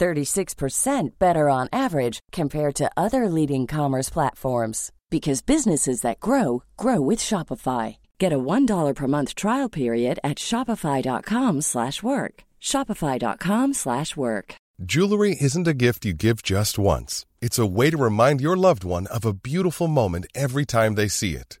36% better on average compared to other leading commerce platforms because businesses that grow grow with Shopify. Get a $1 per month trial period at shopify.com/work. shopify.com/work. Jewelry isn't a gift you give just once. It's a way to remind your loved one of a beautiful moment every time they see it.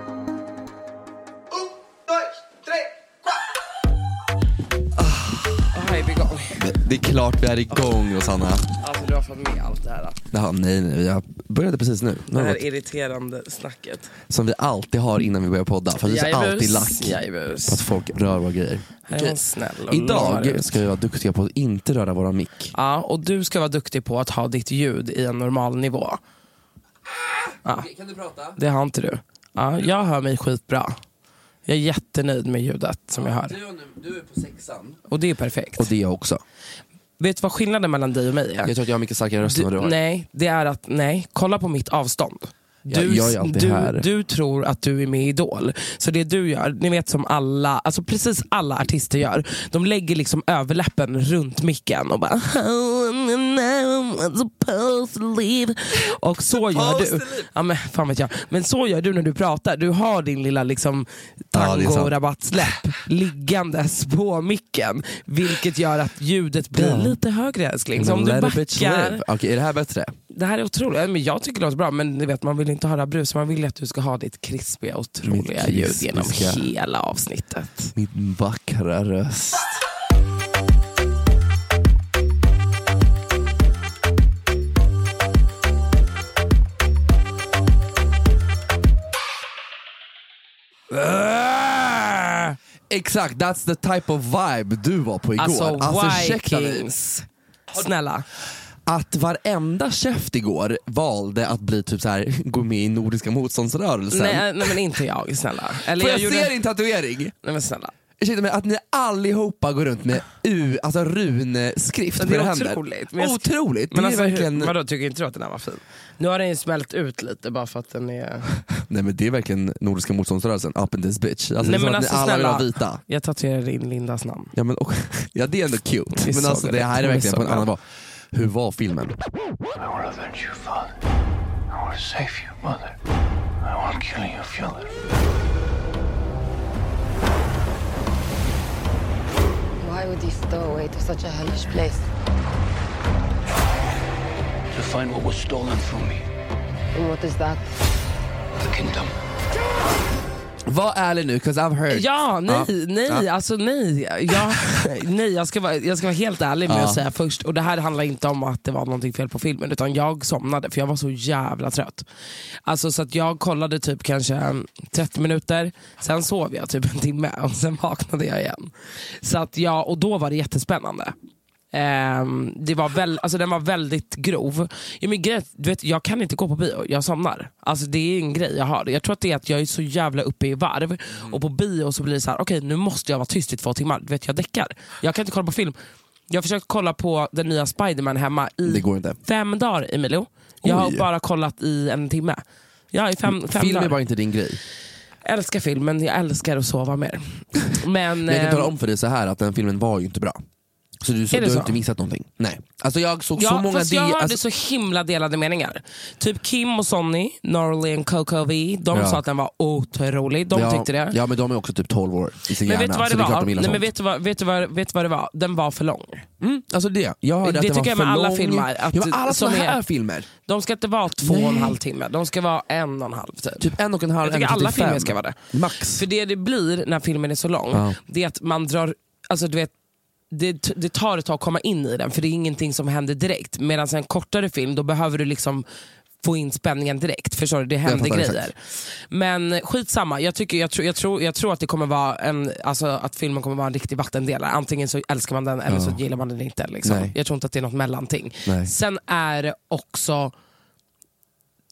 Ah, Här är vi igång. Det är klart vi är igång Rosanna. Alltså du har fått med allt det här. Ja, nej, nej, jag började precis nu. Det nu här irriterande snacket. Som vi alltid har innan vi börjar podda. För vi är så Jaibus, alltid lack jaibus. på att folk rör våra grejer. Här är hon snäll och normal. Idag Mm. ska vi vara duktiga på att inte röra våra mick. Ja, och du ska vara duktig på att ha ditt ljud i en normal nivå. Kan du prata? Det har inte du. Ja, jag hör mig skitbra. Jag är jättenöjd med ljudet som jag hör. Du är på sexan. Och det är perfekt. Och det är jag också. Vet du vad skillnaden mellan dig och mig är? Jag tror att jag har mycket starkare röst än vad du har. nej, det är att, nej, kolla på mitt avstånd. Du, jag är alltid du, här. du tror att du är med i Idol. Så det du gör, ni vet som alla, alltså precis alla artister gör. De lägger liksom överläppen runt micken och bara supposed to live. Och så gör Supposed du. to live. Ja, men, fan vet jag. men så gör du när du pratar. Du har din lilla liksom, Ja, det är sant. tango-rabattsläpp liggandes på micken. Vilket gör att ljudet blir Ja. lite högre älskling. Så om Let du a bitch live. backar. Okej, är det här bättre? Det här är otroligt. Ja, Men jag tycker det låter bra, men ni vet, man vill inte höra brus. Man vill ju att du ska ha ditt krispiga, otroliga Mitt ljud genom krispiska. hela avsnittet. Min vackra röst. Ah! Exakt, that's the type of vibe du var på igår. Alltså, ursäkta mig. Vikings. Snälla. att varenda käft igår valde att bli typ så här, gå med i Nordiska motståndsrörelsen. Nej, nej men inte jag, snälla. Eller Får jag, jag gjorde... se din tatuering? Nej men snälla. Ursäkta mig, att ni allihopa går runt med U, alltså runskrift på Det är era händer. otroligt, men jag- Otroligt! Men det alltså, är verkligen... hur, vadå, tycker inte du att den här var fin? Nu har den ju smält ut lite bara för att den är... Nej men det är verkligen Nordiska motståndsrörelsen, up in this bitch. Alltså, det Nej, är som men att alltså, ni alla vill snälla. ha vita. Jag tatuerar in Lindas namn. Ja, men, och, ja det är ändå cute, är men så alltså, det här är gulligt. verkligen på en Det är så annan nivå. Hur var filmen? I will avenge your father. I will save your mother. I will kill your father. Why would he stow away to such a hellish place? To find what was stolen from me. And what is that? The kingdom. Var ärlig nu, 'cause I've heard. Ja, nej, Ja. nej, alltså nej. Jag, nej jag, ska vara, jag ska vara helt ärlig med Ja. att säga först, och det här handlar inte om att det var någonting fel på filmen, utan jag somnade för jag var så jävla trött. Alltså så att jag kollade typ kanske mm, 30 minuter, sen sov jag typ en timme och sen vaknade jag igen. Så att jag, och då var det jättespännande. Ehm, det var väl, alltså den var väldigt grov. Ja, men grejen, är att, du vet, jag kan inte gå på bio, jag somnar. Alltså, det är en grej jag har. Jag tror att det är att jag är så jävla uppe i varv och på bio så blir det så här: okej nu måste jag vara tyst i två timmar. Du vet, jag däckar. Jag kan inte kolla på film. Jag försökte kolla på den nya Spiderman hemma i Det går inte. fem dagar Emilio. Jag har Oj. bara kollat i en timme. Ja, i fem, fem Film dagar. är bara inte din grej. Jag älskar film, men jag älskar att sova mer. Men, Men jag kan eh, tala om för dig så här att den filmen var ju inte bra. Så du, så, Är det du har så? inte missat någonting. Nej. Alltså jag såg ja, så många... fast jag di- hörde alltså, så himla delade meningar. Typ Kim och Sonny, Norley och Coco V, de Ja. sa att den var otrolig. De ja, tyckte det. Ja men de är också typ 12 år i sin Men hjärna. vet du vad så det är klart var? de gillar Nej, men sånt. vet du vad, vet du vad, vet du vad det var? Den var för lång. Mm, alltså det. Jag hörde Det att tycker den var jag för med alla lång. filmer, att ja, men alla som såna här är- filmer. De ska inte vara två och en Nej. halv timme, de ska vara en och en halv. Typ. Typ en och en halv, Jag tycker en och alla 45. filmer ska vara det. Max. För det det blir när filmen är så lång, Ja. det är att man drar, alltså du vet, det, t- det tar ett tag att komma in i den för det är ingenting som händer direkt. Medan en kortare film, då behöver du liksom få in spänningen direkt. Förstår du? Det händer fattar grejer. Men skitsamma, jag, tycker, jag, tror- jag, tror, jag tror att det kommer vara en, alltså, att filmen kommer vara en riktig vattendelare. Antingen så älskar man den eller så gillar man den inte. Liksom. Nej. Jag tror inte att det är något mellanting. Nej. Sen är det också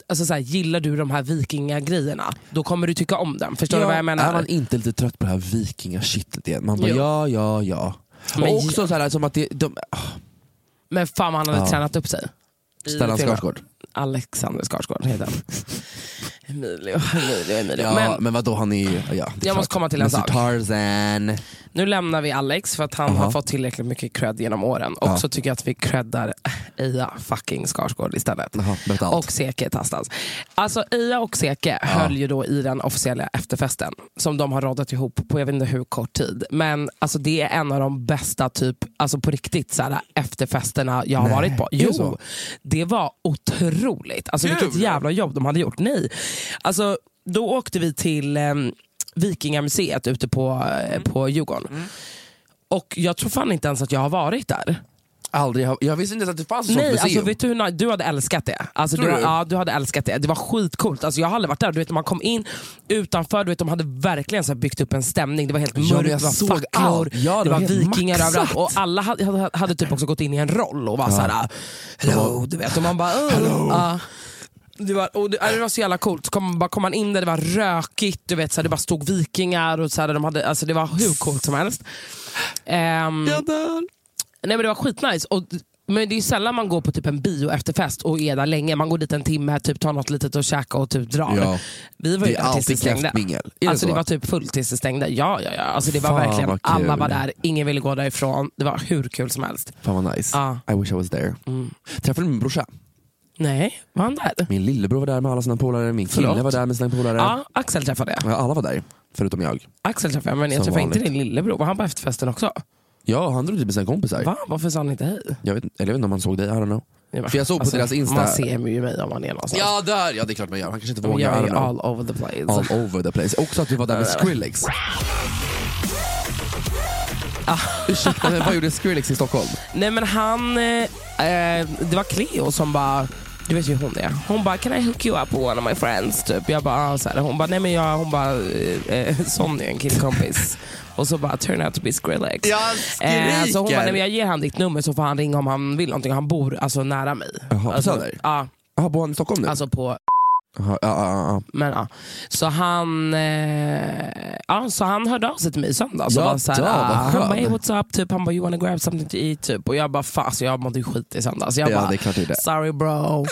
Alltså så här, gillar du de här vikingagrejerna, då kommer du tycka om den. Förstår du vad jag menar? Är man inte lite trött på det här vikingashittet igen? Man bara Jo. ja, ja, ja. Men- och också så här, som att det, de, ah, Men fan vad han hade Ja. tränat upp sig. I Ah, Stellan filmen. Skarsgård. Alexander Skarsgård heter han. Emilio, Emilio, Emilio. Ja, men, Men vadå, han är ju... Ja, det är klart. måste komma till en Mr. sak. Tarzan. nu lämnar vi Alex för att han har fått tillräckligt mycket cred genom åren. Och Ja. så tycker jag att vi creddar Ia fucking Skarsgård istället. Jaha, berätta allt. Och Seke Tastans. Alltså Ia och Seke höll ju då i den officiella efterfesten som de har radat ihop på jag vet inte hur kort tid. Men alltså det är en av de bästa typ, alltså på riktigt så här, efterfesterna jag har Nej, varit på. är det Jo, så? det var otroligt. Alltså vilket Kul! jävla jobb de hade gjort. Nej. Alltså då åkte vi till eh, Vikingamuseet ute på, eh, på Djurgården. Och jag tror fan inte ens att jag har varit där. Aldrig, har- jag visste inte ens att det fanns ett sånt Nej, museum. alltså, vet du, hur nice- du hade älskat det. Alltså, du, Tror du? Ja, du hade älskat det. Det var skitcoolt. Alltså, jag har aldrig varit där. Du vet, när man kom in utanför, du vet, de hade verkligen så här byggt upp en stämning. Det var helt men mörkt, det jag var såg facklor, allt. Ja, det det var var helt vikingar maxat. överallt. Och alla hade, hade, hade typ också gått in i en roll och var så här, hello, du vet. Och man bara, "Oh." Ja. Det var, och det, ja, det var så jävla coolt. Så kom, bara kom man in där, det var rökigt, du vet, så här, det bara stod vikingar och så här, de hade, alltså, det var hur coolt som helst. Ehm, Nej men det var skitnice. Och, men det är ju sällan man går på typ en bio efter fest och är där länge. Man går dit en timme, typ tar något litet att käka och typ drar. Ja. Vi var ju Det är där tills det alltid stängde. kräftmingel. Är det alltså det så? var typ fullt tills det stängde. Ja, ja, ja. Alltså det var Fan, verkligen, vad alla kul. var där, ingen ville gå därifrån. Det var hur kul som helst. Fan vad nice. Ja. Mm. I wish I was there. Träffade min brorsa. Nej, var han där? Min lillebror var där med alla sina polare, min kille Förlåt? var där med sina polare. Ja, Axel träffade jag. Ja, Alla var där, förutom jag. Axel träffade jag, men jag Som träffade inte vanligt. din lillebror. Var han på efterfesten också? Ja, han drog dit med sina kompisar. Va? Varför sa han inte hej? Jag vet, eller jag vet inte om han såg dig, I don't know. bara, För jag såg på deras Insta- Man ser ju mig om man är någonstans. Ja, där! Ja, det är klart man gör. Han kanske inte jag vågar. I är don't ju know. all over the place. all over the place. Också att du var där med Skrillex. Ah, Ursäkta, men vad gjorde Skrillex i Stockholm? Nej men han, eh, eh, det var Cleo som bara, du vet ju hur hon är. Hon bara, can I hook you up with one of my friends? Typ. Jag bara, ah, så här. Hon bara, nej men jag, hon bara, eh, eh, Sonny är en killkompis. Och så bara, turn out to be Skrillex. Jag Eh, så hon bara, nej men skriker. jag ger han ditt nummer så får han ringa om han vill någonting. Han bor alltså nära mig. Jaha, på alltså, Söder? Ja, Jaha, bor han i Stockholm nu? alltså på Jaha, ja, ja, ja. men ja. Så han eh, ja, så han hörde av sig till mig i söndags. och Ja, var så här, då, vad ah, han skönt. bara, hey, what's up? Typ. Han bara, you wanna grab something to eat? Typ. Och jag bara, fan alltså, jag mådde ju skit i söndags. Jag Ja, bara, det är klart du gjorde. sorry bro.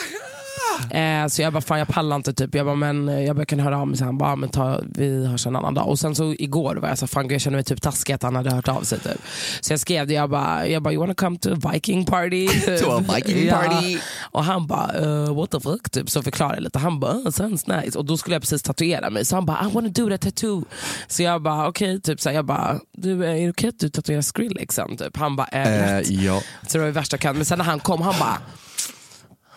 Eh, så jag bara, fan jag pallar inte. Typ. Jag bara, men eh, jag bara, kan höra av mig. Så han bara, men ta, vi hörs en annan dag. Och sen så igår var jag så här, fan gud, jag kände mig typ taskig att han hade hört av sig. Typ. Så jag skrev det, jag bara, jag bara, you wanna come to a viking party? To a Viking Ja. party. Och han bara, eh, what the fuck? Typ. Så förklarade jag lite. Han bara, uh, sounds nice. Och då skulle jag precis tatuera mig. Så han bara, I wanna do that tattoo. Så jag bara, okej. Typ, så här, jag bara, du, eh, är det okej att du tatuerar Skrillexen? Typ. Han bara, eh, Eh, lätt. ja. Så det var det värsta jag kan. Men sen när han kom, han bara,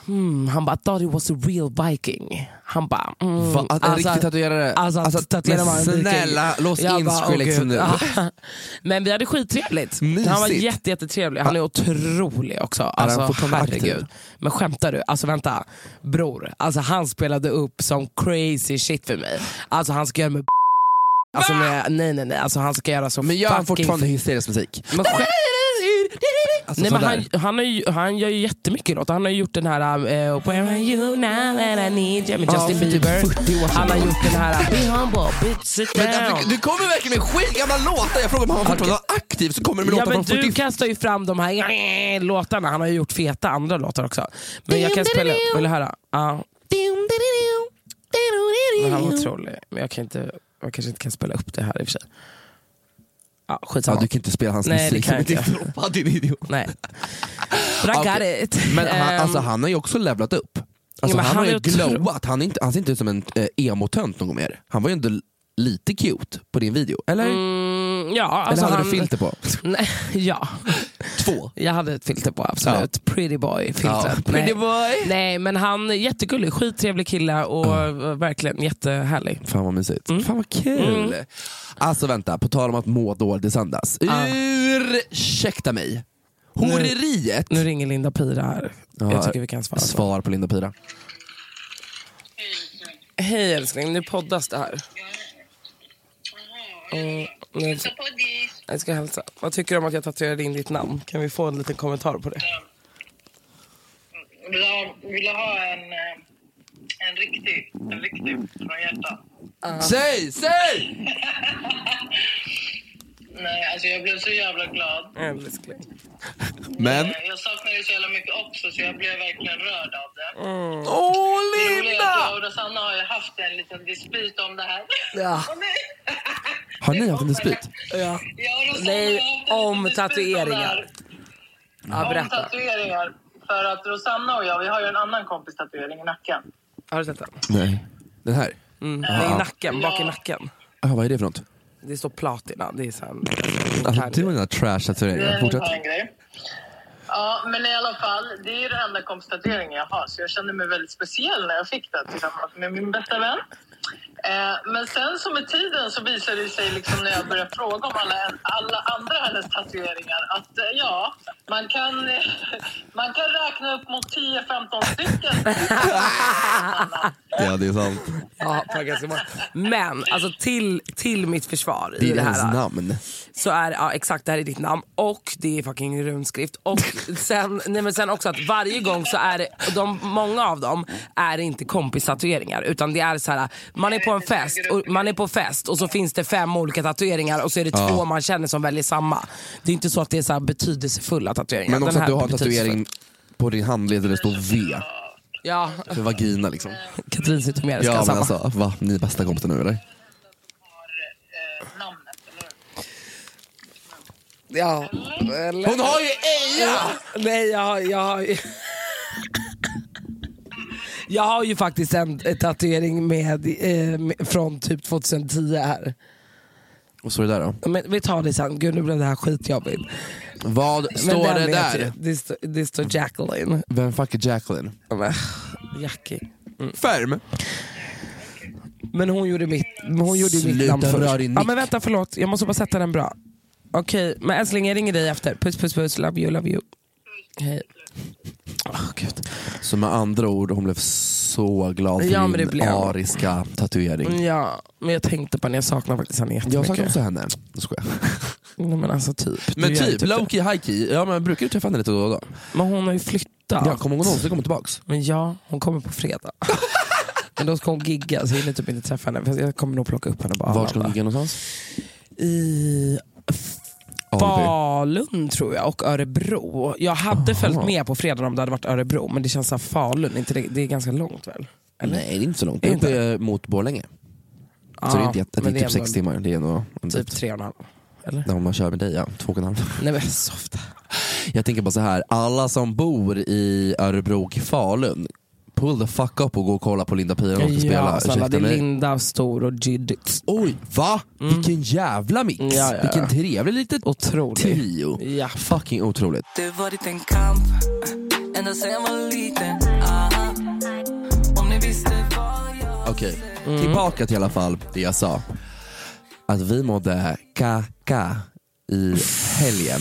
hmm, han bara, I thought it was a real viking. Han bara, mm, Va, att en riktig tatuerare... Alltså, att tatuera men man en viking. Snälla, lås Jag in bara, åh, Skrillex gud. liksom Ah. nu. Ja. Men vi hade skittrevligt. Mysigt. Han var jätte, jättetrevlig. Han är otrolig också. han Alltså, fortfarande aktiv? herregud. Men skämtar du? Alltså vänta. Bror, alltså, han spelade upp som crazy shit för mig. Alltså han ska göra mig Alltså, nej, nej, nej, nej. Alltså, han ska göra så Men gör han fucking fortfarande hysterisk musik? men skä- Alltså, Nej, men sådär. han, han, har ju, han gör ju jättemycket låtar. Han har ju gjort den här eh, Where are you now that I need you med Ja, Justin för typ Bieber. 40 år sedan. han har gjort den här Be humble, bitch sit down. Du, du kommer verkligen med skitgamla låtar! Jag frågar om han fortfarande var aktiv så kommer du med Ja, låtar men från du 40 kastar ju fram de här låtarna. Han har ju gjort feta andra låtar också. Men jag kan spela upp. Vill du höra? Ja. Men han var otrolig. Men jag, kan inte, jag kanske inte kan spela upp det här i och för sig. Ja, Ja, skitsamma. du kan inte spela hans Nej, det musik. kan jag som inte. är droppad, din idiot. Nej. But I Okej. got it. Men han, Ehm, alltså, han har ju också levlat upp. Alltså, men han, han är har ju otro- glowat. Han, är inte, han ser inte ut som en eh, emo-tönt någon gång mer. Han var ju ändå lite cute på din video. Eller? mm, ja, alltså eller hade han, du filter på? Nej, ja, Två. jag hade ett filter på absolut. Pretty boy-filtret. Ja, Nej. pretty boy. Nej, men han är jättegullig. Skittrevlig kille och verkligen jättehärlig. Fan vad mysigt. Mm. Fan vad kul. Alltså vänta, på tal om att må dåligt i söndags. Ursäkta mig. Horeriet. Ah. Nu ringer Linda Pira här. Ja, Jag tycker vi kan svara. på. Svar på Linda Pira. Hej älskling, nu poddas det här. Mm, nu- jag ska hälsa. Vad tycker du om att jag tatuerade in ditt namn? Kan vi få en liten kommentar på det? Vill du ha, vill du ha en, eh, en riktig? En riktig från hjärtat? Säg, säg! Nej, alltså jag blev så jävla glad. Älskling. Men, Eh, Jag saknade dig så jävla mycket också så jag blev verkligen rörd av det. Mm. åh Det roliga är att Linda! Jag och Rosanna har ju haft en liten dispyt om det här. Ja. Och nu- Har ni haft en dispyt? Ja. Jag och Rosanna Nej, har haft en om liten dispyt tatueringar. det här. Ja, Om berätta. tatueringar. För att Rosanna och jag, vi har ju en annan kompis tatuering i nacken. Har du sett den? Nej. Den här? Mm. Nej, i nacken, bak i nacken. Ah, vad är det för något? Det står platina. Det är så här, Alltså, du och dina Det trash-tatueringar. är Eh, Fortsätt. Eh, en annan grej. Ja, men i alla fall, det är ju den enda kompistateringen jag har så jag kände mig väldigt speciell när jag fick det tillsammans med min bästa vän. Eh, men sen så med tiden så visade det sig liksom när jag började fråga om alla, alla andra hennes tatueringar att eh, ja, man kan, eh, man kan räkna upp mot 10-15 stycken. Ja, det är sant. Ja, på ganska många. Men alltså till, till mitt försvar Det i är det hennes här namn. så är ja, exakt det här är ditt namn och det är fucking runskrift. Och sen, nej, men sen också att varje gång så är det, de, många av dem är inte kompistatueringar utan det är så här man är på en fest och, man är på fest och så finns det fem olika tatueringar och så är det två man känner som väljer samma. Det är inte så att det är så här betydelsefulla tatueringar. Men också Den att här du har är en tatuering på din handled där det står V. betydelsefull. Ja, För vagina liksom. Katrin sitter med ska Ja ha men samma. alltså, va? Ni är bästa kompisar nu eller? Eh, namnet, eller hur? Ja. Eller? Hon har ju Eja! Nej, jag har, jag har ju... Jag har ju faktiskt en eh, tatuering med, eh, med, från typ 2010 här. Och så är det där då. Men vi tar det sen, gud nu blev det här skitjobbigt. Vad Men står den det vet där? jag. Det, står- det står Jacqueline. Vem fuck är Jacqueline? Men, Jackie. Mm. Ferm? Men hon gjorde mitt, hon gjorde mitt Sluta namn först. röra din ja, mick. men vänta förlåt, jag måste bara sätta den bra. Okej, men älskling jag ringer dig efter. Puss puss puss, love you, love you. Hej. Åh, gud. Så med andra ord, hon blev så glad för Ja, men det din blev hon. ariska tatuering. Mm, Ja, men jag tänkte på när jag saknar faktiskt henne jättemycket. Jag saknar också henne. Jag skojar. Nej, men alltså typ. Men Du gör ju typ, low det. key, high key. Ja, men brukar du träffa henne lite då och då? Men hon har ju flyttat. Ja, kommer hon någonsin komma tillbaks? Men ja, hon kommer på fredag. men då ska hon gigga så jag hinner typ inte träffa henne. För jag kommer nog plocka upp henne på Var ska hon Arlanda. ligga någonstans? I Falun tror jag och Örebro. Jag hade följt med på fredag om det hade varit Örebro men det känns som Falun, inte det, det är ganska långt väl? Eller? Nej, det är inte så långt. Det Är är det inte? uppe mot Borlänge. Ja, så det är, inte jätte, det är men typ ändå sex timmar. Det är ändå en Typ bit. tre och en halv. När man kör med dig, ja. Två och en halv. Nej men softa. Jag tänker bara så här. alla som bor i Örebro och Falun, pull the fuck up och gå och kolla på Linda Pira när hon ska spela. Ja, snälla, det Ursäkta är mig. Linda, Stor och Giddy. Oj, va? Vilken jävla mix! Ja, ja, ja. Vilken trevlig liten Otrolig. trio. Ja. Fucking otroligt. Det varit en kamp ända sen jag var liten Aha. Om ni visste vad jag Okej, Mm. tillbaka till i alla fall det jag sa. Att vi mådde kaka i helgen,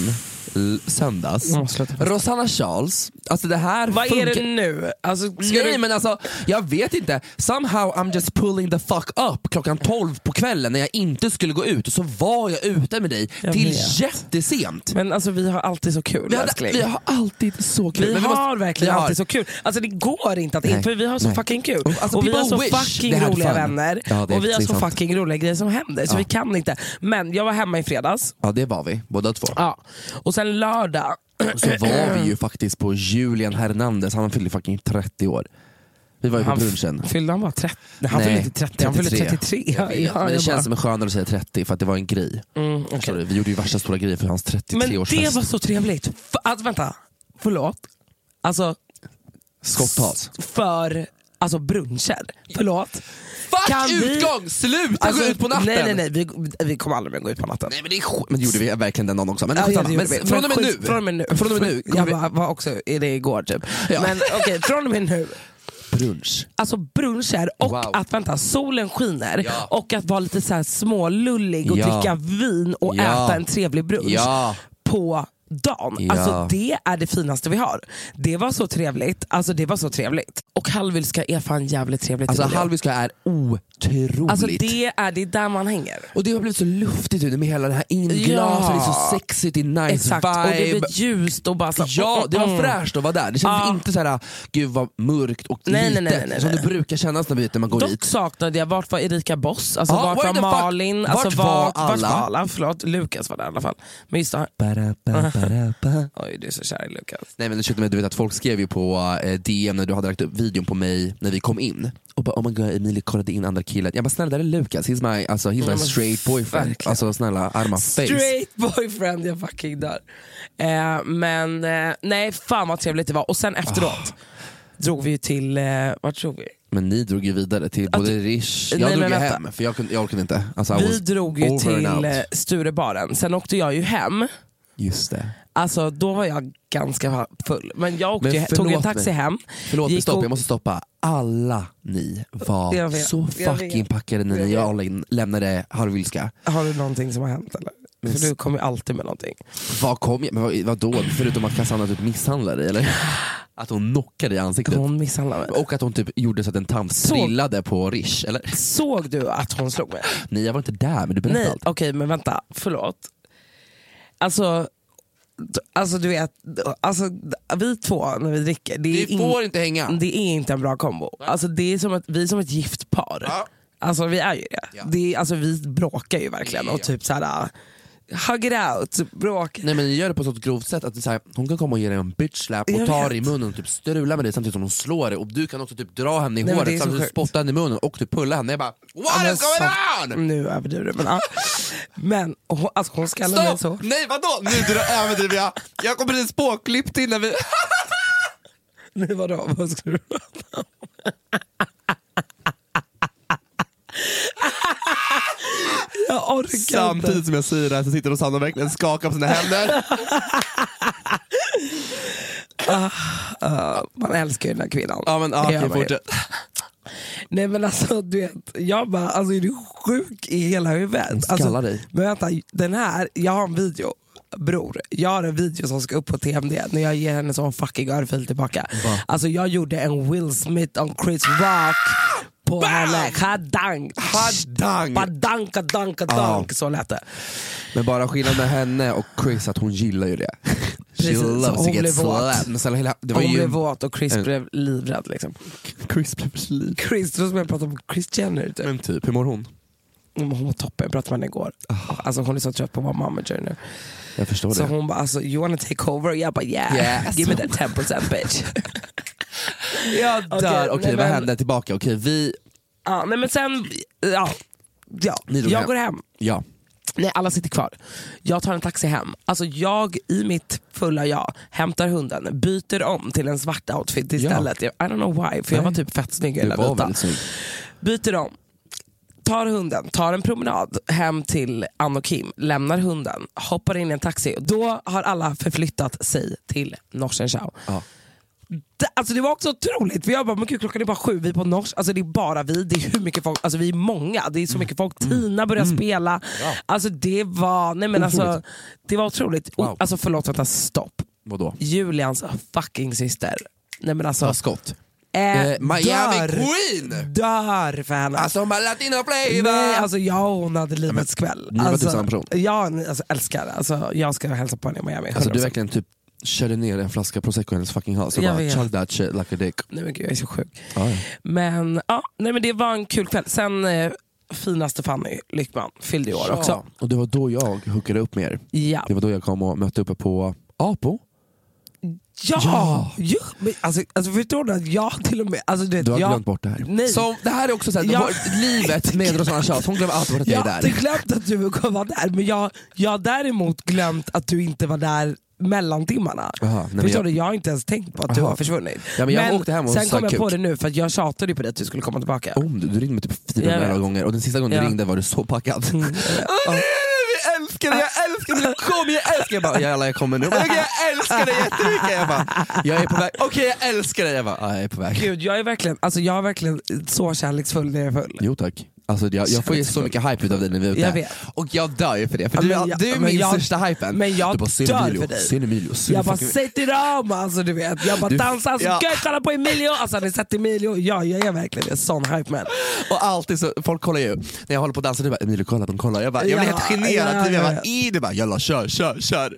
l- söndags. Mm, sluta. Rosanna Charles, alltså det här Vad är funkar- det nu? Alltså, ska Nej du... men alltså, jag vet inte. Somehow I'm just pulling the fuck up klockan 12 på kvällen när jag inte skulle gå ut och så var jag ute med dig Jag till vet. jättesent. Men alltså vi har alltid så kul Vi, hade, älskling. vi har alltid så kul. Vi Men vi har måste- verkligen vi har. alltid så kul. Alltså det går inte att Nej, för vi har så nej. fucking kul. Och- alltså, och vi people har så wish fucking they had roliga fun. vänner. Ja, det är och vi har så sant. fucking roliga grejer som händer så vi kan inte. Men jag var hemma i fredags. Ja det var vi, båda två. Ja. Och sen lördag, Och så var vi ju faktiskt på Julian Hernandez, han fyllde fucking 30 år. Vi var ju på f- brunchen. Fyllde han bara 30? Nej, han Nej, fyllde inte 30, han fyllde 33. 33. Ja, ja, Men det jag känns bara- som en skönare att säga 30 för att det var en grej. Mm, okej. Förstår du? Vi gjorde ju värsta stora grejer för hans Men det 33-årsfest. var så trevligt. För, alltså, vänta, förlåt. Alltså, Skottpaus. för alltså bruncher. Förlåt. Fuck Kan vi- utgång! Sluta Alltså, gå ut på natten! Nej, nej, nej. Vi, vi kommer aldrig mer gå ut på natten. Nej, men det är skit. Men det gjorde vi verkligen den dagen också. Men, Ja, ja, skitsamma. det men, gjorde vi. från och Men med skit- nu. Från och med nu. Från och med nu. Jag kommer bara, var också, är det igår typ? Ja. Men okej, från och med nu. vi- Brunch. Alltså bruncher och Wow. att vänta, solen skiner Ja. och att vara lite så här smålullig och Ja. dricka vin och Ja. äta en trevlig brunch Ja. på dagen. Ja. Alltså det är det finaste vi har. Det var så trevligt. Alltså det var så trevligt. Och Hallwylska är fan jävligt trevligt. Alltså i miljö. Hallwylska är otroligt. alltså det är det är där man hänger. Och det har blivit så luftigt nu med hela det här inglaset, Ja. det är så sexigt, det alltså, är nice Exakt, vibe. och det blir ljust och bara så Ja, det var Mm. fräscht att vara där. Det kändes Ja. inte så här, gud vad mörkt och Nej, nej, litet nej, nej, nej. som det brukar kännas när, vi, när man går Dock dit. Ah, saknade jag, vart var Erika Boss? Alltså, Ja, vart where var the fuck- Malin? vart alltså, var Vart alla? var alla? Förlåt, Lukas var där i alla fall. Men just det, här- Ba-da, ba, ba-da, ba. oj du är så kär i Lukas. Nej men ursäkta mig, du vet att folk skrev ju på eh, DM när du hade lagt upp videon på mig när vi kom in och bara oh my god Emilie kollade in andra killar. Jag bara snälla där är Lukas, he's my, alltså, he's my straight boyfriend. verkligen. Alltså snälla arma face. Straight boyfriend, jag fucking dör. Eh, men eh, nej, fan vad trevligt det var. Och sen Ah. efteråt drog vi ju till, eh, vart drog vi? Men ni drog ju vidare till både Rish, jag Alltså, Nej, drog men ju vänta. hem för jag, kunde, jag orkade inte. Alltså, I Vi was drog ju over and till out. eh, Sturebaren, sen åkte jag ju hem. Just det. Alltså då var jag ganska full. Men jag åkte Men ju, tog en förlåt taxi mig. hem. Förlåt, Gick men stopp, och- jag måste stoppa. Alla ni var Jag vet, så jag fucking vet, packade när jag ni vet. jag lämnade Harvilska. Har du någonting som har hänt eller? För du kommer ju alltid med någonting. Vad kom jag, men vad, vadå? Förutom att Cassandra typ misshandlade dig eller? Att hon knockade dig i ansiktet. Hon misshandlade mig. Och att hon typ gjorde så att en tant Så- trillade på Rish, eller? Såg du att hon slog mig? Nej jag var inte där men du berättade Nej, alltså, allt. okej men vänta, förlåt. Alltså, d- alltså du vet, d- alltså, d- vi två när vi dricker, det är, Vi får inte hänga. det är inte en bra kombo. Alltså, det är som att, vi är som ett gift par. Alltså vi är ju det. det är, alltså, vi bråkar ju verkligen och typ såhär, hug it out, bråk. Nej men ni gör det på ett sånt grovt sätt att det är så här, hon kan komma och ge dig en bitch slap Jag och ta vet. dig i munnen och typ strula med dig samtidigt som hon slår dig och du kan också typ dra henne i men det är så håret samtidigt som du sjukt. spottar henne i munnen och typ pulla henne. Jag bara Ja, what men is going så- Mm, on? Nu överdriver du men, ja. men hon, alltså, hon skallar mig så. Stopp! Nej vadå? Nu drar- överdriver jag. Jag kom precis påklippt innan vi... Nej vadå, vad skulle du prata om? Jag orkar inte. Samtidigt som jag säger det här så sitter Rosanna och verkligen skakar på sina händer. Man älskar ju den här kvinnan. Ja men ah, Det gör okej, man ju. fortsätt. Nej men alltså du vet, jag bara, alltså är du sjuk i hela huvudet? Alltså, skallar dig. men vänta, den här, jag har en video. Bror, jag har en video som ska upp på TMD när jag ger henne sån fucking örfil tillbaka. Alltså jag gjorde en Will Smith on Chris Rock på henne. Hadang! Hadang. Badanka, danka, dank. Så lät det. Men bara skillnaden med henne och Chris att hon gillar ju det. She Precis, loves hon to get blev våt. slapped. Men snälla, hela- Det var Hon blev ju... våt och Chris en- blev livrädd. Liksom. Chris blev sliten. Chris, då som jag pratade om Chris Jenner. Typ. Men typ, hur mår hon? Hon var toppen, jag pratade med henne igår. Alltså, hon är så trött på att vara manager nu. Jag förstår Så Ah. det. hon bara, alltså, you wanna take over? Jag bara, yeah. Yes. Give me that 10% bitch. jag Där, okej nej, vad men- hände? Tillbaka, okej vi... Ja, nej, men sen, ja. ja. Ni drog Jag hem. går hem. Ja. Nej, alla sitter kvar. Jag tar en taxi hem. Alltså jag i mitt fulla jag hämtar hunden, byter om till en svart outfit istället. I don't know why, för jag var typ fett snygg i Det den var vita. väldigt snyggt. Byter om, tar hunden, tar en promenad hem till Ann och Kim, lämnar hunden, hoppar in i en taxi. Då har alla förflyttat sig till Norsen Chow. Ja. Det, alltså det var också otroligt, för jag bara, men gud, klockan är bara sju, vi är på Nors, alltså det är bara vi, det är hur mycket folk, alltså vi är många, det är så mycket folk, Mm. Tina börjar spela. Alltså det var, nej men alltså, det var otroligt. Wow. Och, alltså förlåt, vänta, stopp. Vadå? Julians fucking syster. Nej men alltså, Ta skott. eh, Eh, Miami dör, Queen! dör för henne. Alltså my latino flavor! Nej, alltså jag och hon hade livets kväll. ni var typ alltså, samma person. Ja, ni- alltså, älskar. Alltså, jag ska hälsa på henne i Miami. Alltså du 100%. verkligen typ körde ner en flaska prosecco i hennes fucking hals och Jag bara vet. chug that shit like a dick. Nej men gud, jag är så sjuk. Ja, ja. Men, ja, nej, men det var en kul kväll. Sen eh, finaste Fanny Lyckman fyllde i år också. Och det var då jag hookade upp med er. Ja. Det var då jag kom och mötte uppe på Apo. Ja! ja. men, alltså, alltså, förstår du att jag till och med... Alltså, du vet, Du har jag, glömt bort det här. Nej. Som, det här är också såhär, Ja. vår- livet med Rosanna Charles, hon glömmer alltid bort att Jag jag har är inte där. glömt att du kommer vara där, men jag, jag har däremot glömt att du inte var där mellantimmarna. Jaha, nej, men Förstår jag- du? Jag har inte ens tänkt på att du Jaha. har försvunnit. Ja, men jag åkte hem och sen sa kom jag på kuk. det nu, för att jag tjatade ju på dig att du skulle komma tillbaka. Om du, du ringde mig typ Jag 400 vet. jävla gånger och den sista gången Ja. Mm. du ringde var du så packad. Ah, nej, jag älskar dig, jag älskar dig, kom jag älskar dig! Jag bara, jävlar jag kommer nu. Jag, bara, jag älskar dig jättemycket! Jag bara, jag är på väg. Okej jag älskar dig! Jag bara, ja, jag är på väg. Gud, jag är verkligen, alltså, jag är verkligen så kärleksfull när jag är full. Jo tack. Alltså, jag, jag får ju så mycket hype utav dig när vi är ute. Jag vet. Och jag dör ju för det, för Ja, du, men jag- du är men min jag- största hypen. men jag du bara, "Ser du dör Emilio? för dig." Ser du Emilio? Ser du Jag bara fucking- säg till dem! Alltså, du vet. Jag bara Du- dansar så Ja. gött, kolla på Emilio! Alltså, har ni sett Emilio? Ja, jag är verkligen en sån hype man. Och alltid så, folk kollar ju, när jag håller på och dansar, du bara Emilio kolla, de kollar. Jag, bara, jag blir Ja, helt generad, ja, typ. jag ja, bara, i det bara jalla kör, kör, kör.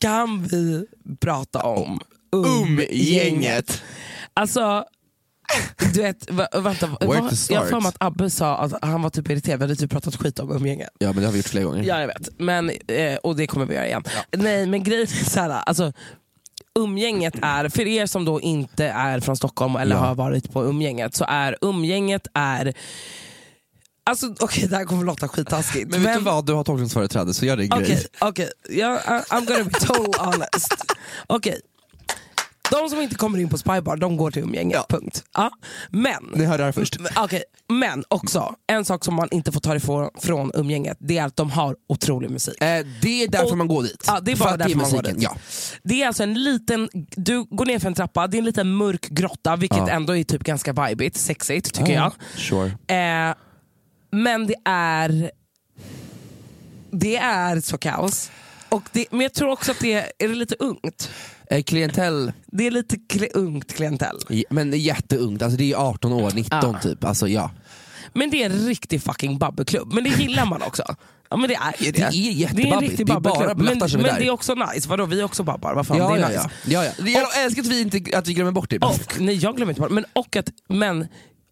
Kan vi prata om Umgänget. Alltså, du vet, va, vänta, va, Where to jag har start? för mig att Abbe sa att han var typ irriterad, vi hade typ pratat skit om umgänge. Ja men det har vi gjort flera gånger. Ja jag vet, men, eh, och det kommer vi göra igen. Nej men grejen är så här, alltså, umgänget är, för er som då inte är från Stockholm eller Ja. har varit på umgänget, så är umgänget är Alltså okej, det här kommer låta skittaskigt. Men vet du vad, du har tolkningsföreträde så gör det en Okej, grej. okej. Jag- I- I'm gonna be total honest. Okej. De som inte kommer in på Spybar, de går till umgänge. Punkt. Ja. Men, Mm, Ni hörde det här först. Okej, men också, en sak som man inte får ta ifrån från umgänget, det är att de har otrolig musik. eh, det är därför man går dit. Ja, det är För bara att det därför är man går musiken, dit. ja. Det är alltså en liten, du går ner för en trappa, det är en liten mörk grotta, vilket Ja. ändå är typ ganska vibigt, sexigt tycker Ja, jag. Sure. Eh, men det är Det är så kaos. Och det, men jag tror också att det är, är det lite ungt. Eh, klientell, Det är lite kli, ungt klientell. men det är jätteungt, alltså det är 18 år, 19 Ja. typ. Alltså, ja. Men det är en riktig fucking babbeklubb. Men det gillar man också. Ja, men det är ju det. Det är jättebabbigt. en riktig Det är bara babbelklubb. blattar men, som är men där. det är också nice. Vadå, vi är också babbar. Vad fan, ja, det är ja, nice. ja. ja, ja. Det- Jag älskar att vi, inte, att vi glömmer bort det. Och, nej, jag glömmer inte bort men, och att, men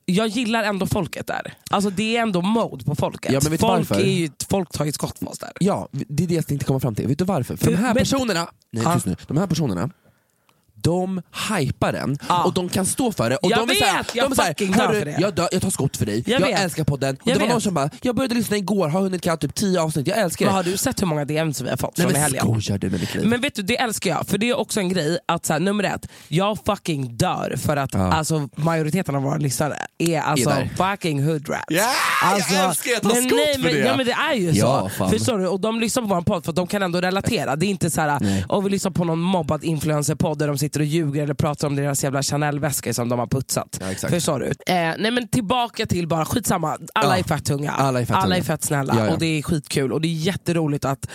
jag gillar ändå folket där. Alltså Det är ändå mode på folket. Ja, men vet du folk, varför? är ju, folk tar ju skott på oss där. Ja, det är det jag tänkte komma fram till. Vet du varför? För För- de här men- personerna, nej, Ja. tyst nu. De här personerna de hypar den och de kan stå för det. Och Jag de är såhär, vet, jag de är såhär, fucking "Hörru, dör för det." Jag, dör, jag tar skott för dig, Jag jag, vet. älskar podden. Och Jag det var vet. någon som bara, jag började lyssna igår, har hunnit kalla typ 10 avsnitt, jag älskar Men det. har du sett hur många DMs vi har fått Nej från i men helgen? skojar du med mitt liv? Men vet du, det älskar jag. För det är också en grej att så här, nummer ett, jag fucking dör för att alltså, majoriteten av våra lyssnare är alltså där. fucking hood rats. Alltså, Ja, jag älskar att ta men, skott nej, för men, det. Ja men det är ju Ja, så. fan. Förstår du? Och de lyssnar på vår podd för att de kan ändå relatera. Det är inte så här, Nej. och vi lyssnar på någon mobbad influencer-podd där de sitter sitter och ljuger eller pratar om deras jävla Chanel-väskor som de har putsat. exakt. Förstår du? Eh, nej men tillbaka till bara, skitsamma, alla Ja. är fett tunga. Alla är fett tunga. snälla Ja, ja. och det är skitkul och det är jätteroligt att,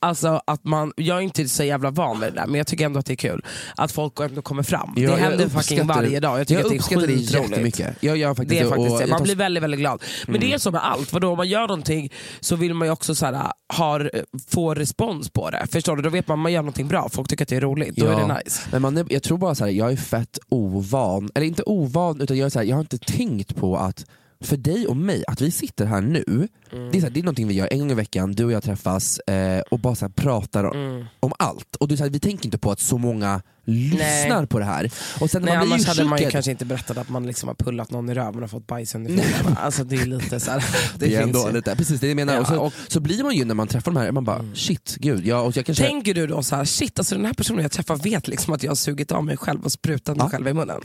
alltså, att man, jag är inte så jävla van vid det där men jag tycker ändå att det är kul att folk ändå kommer fram. Ja, det jag händer uppskattar fucking varje dag, jag tycker att det uppskattar det är skitroligt. jättemycket. Jag gör faktiskt det är det, faktiskt och det. jag Man tar- blir väldigt, väldigt glad. Men Mm. det är så med allt, vadå, om man gör någonting så vill man ju också så här, har, få respons på det. Förstår du? Då vet man man gör någonting bra, folk tycker att det är roligt. Då är det nice. Men man är, jag tror bara så här, jag är fett ovan, eller inte ovan, utan jag, är så här, jag har inte tänkt på att för dig och mig, att vi sitter här nu, Mm. det, är så här, det är någonting vi gör en gång i veckan, du och jag träffas eh, och bara så här, pratar om, Mm. om allt. Och du, så här, vi tänker inte på att så många lyssnar på det här. Och sen när Nej, man blir annars hade man ju utskickad- kanske inte berättat att man liksom har pullat någon i röven och fått bajs under fingrarna. Alltså det är lite såhär. Det, är ändå lite, precis det jag menar. Ja. Mm. Och så, och så blir man ju när man träffar de här, man bara shit, gud. Jag, och jag kanske... Tänker du då så här, shit alltså den här personen jag träffar vet liksom att jag har sugit av mig själv och sprutat mig själv i munnen.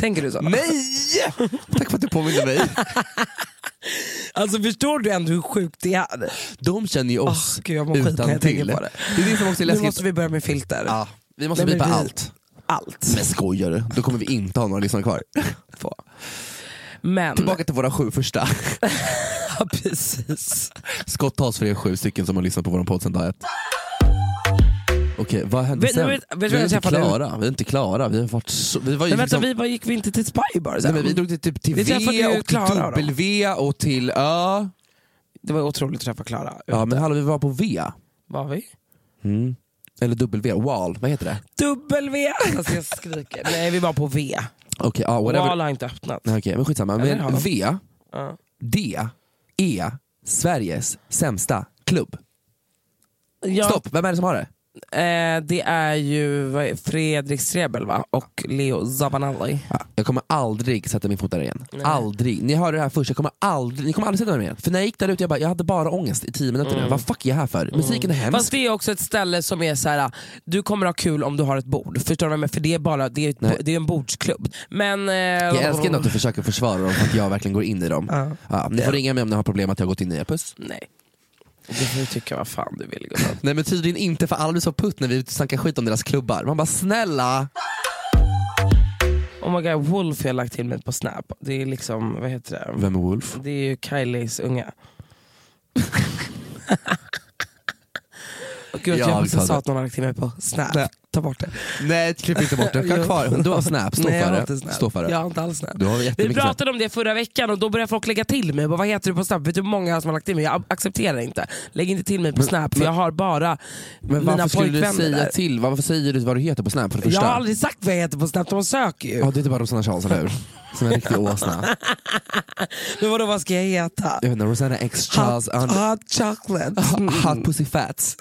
Tänker du så? Nej! Tack för att du påminner mig. alltså förstår du ändå hur sjukt det är? De känner ju oss Gud, jag mår skit när jag utantill. tänker på det. Det är det som också är läskigt. Nu måste vi börja med filter. Ja, vi måste Nej, men bipa vi- allt. Allt. Men skojar du? Då kommer vi inte ha några lyssnare kvar. Få. Men... Tillbaka till våra sju första. ja, precis. Skottas för er sju stycken som har lyssnat på vår podd sedan dag ett. Okej, vad hände Vet- sen? vet- vet du vad vi, är jag inte träffade- klara. vi är inte klara. Vi har varit så... Vi var ju Men vänta, liksom... vi var, gick vi inte till Spybar sen? Nej, men vi drog till, typ till Vi V träffade ju och till Klara då. W och till Ö. Det var otroligt att träffa Klara. Ja men hallå, vi var på V. Var vi? Mm. Eller W, WAL, vad heter det? W! Alltså jag skriker. Nej vi var på V. Okej, ja whatever. Wall har inte öppnat. Nej, Okej, men skitsamma. Eller har Men de? V, Ja. D, E, Sveriges sämsta klubb. Ja, Stopp, vem är det som har det? Eh, det är ju vad är- Fredrik Strebel va? och Leo Zabanalli. Jag kommer aldrig sätta min fot där igen. Aldrig. Ni hörde det här först, jag kommer aldrig, ni kommer aldrig sätta mig där igen. För när jag gick där ute, jag, bara, jag hade bara ångest i tio minuter nu. Mm. Vad fuck är jag här för? Musiken är hemsk. Fast det är också ett ställe som är så här: du kommer ha kul om du har ett bord. Förstår du vad jag menar? För det är, bara, det är, ett, bo- det är en bordsklubb. Men, eh, Jag älskar ändå att du försöker försvara dem för att jag verkligen går in i dem. Ja. ni får ringa mig om ni har problem att jag har gått in i er, puss. Nej. Du får ju tycka vad fan du vill gumman. Nej men tydligen inte, för alla blir så putt när vi är ute och snackar skit om deras klubbar. Man bara snälla! Oh my god, Wolf har jag lagt till mig på Snap. Det är liksom, vad heter det? Vem är Wolf? Det är ju Kylies unga. Gud, jag, Jag jag tar sa det. att någon har lagt till mig på Snap. Nej. Ta bort det. Nej klipp inte bort det, ha kvar Du har snap, stå Nej, jag för har det. inte Snap. Stå för det. Jag har inte alls Snap. Du har Vi jättemycket snap. pratade om det förra veckan och då började folk lägga till mig. Jag Bara, vad heter du på Snap? Vet du hur många som har lagt till mig? Jag accepterar inte. Lägg inte till mig på Snap för jag har bara Men mina varför skulle du pojkvänner säga där. till, varför säger du vad du heter på snap för det Jag första? har aldrig sagt vad jag heter på Snap, de söker ju. Ja det är bara Rosanna Charles, eller hur? Som är en riktig åsna. Men vadå, vad ska jag heta? Jag vet inte, Rosanna X Charles Hot, under- hot Mm. chocolate. Hot pussy fats.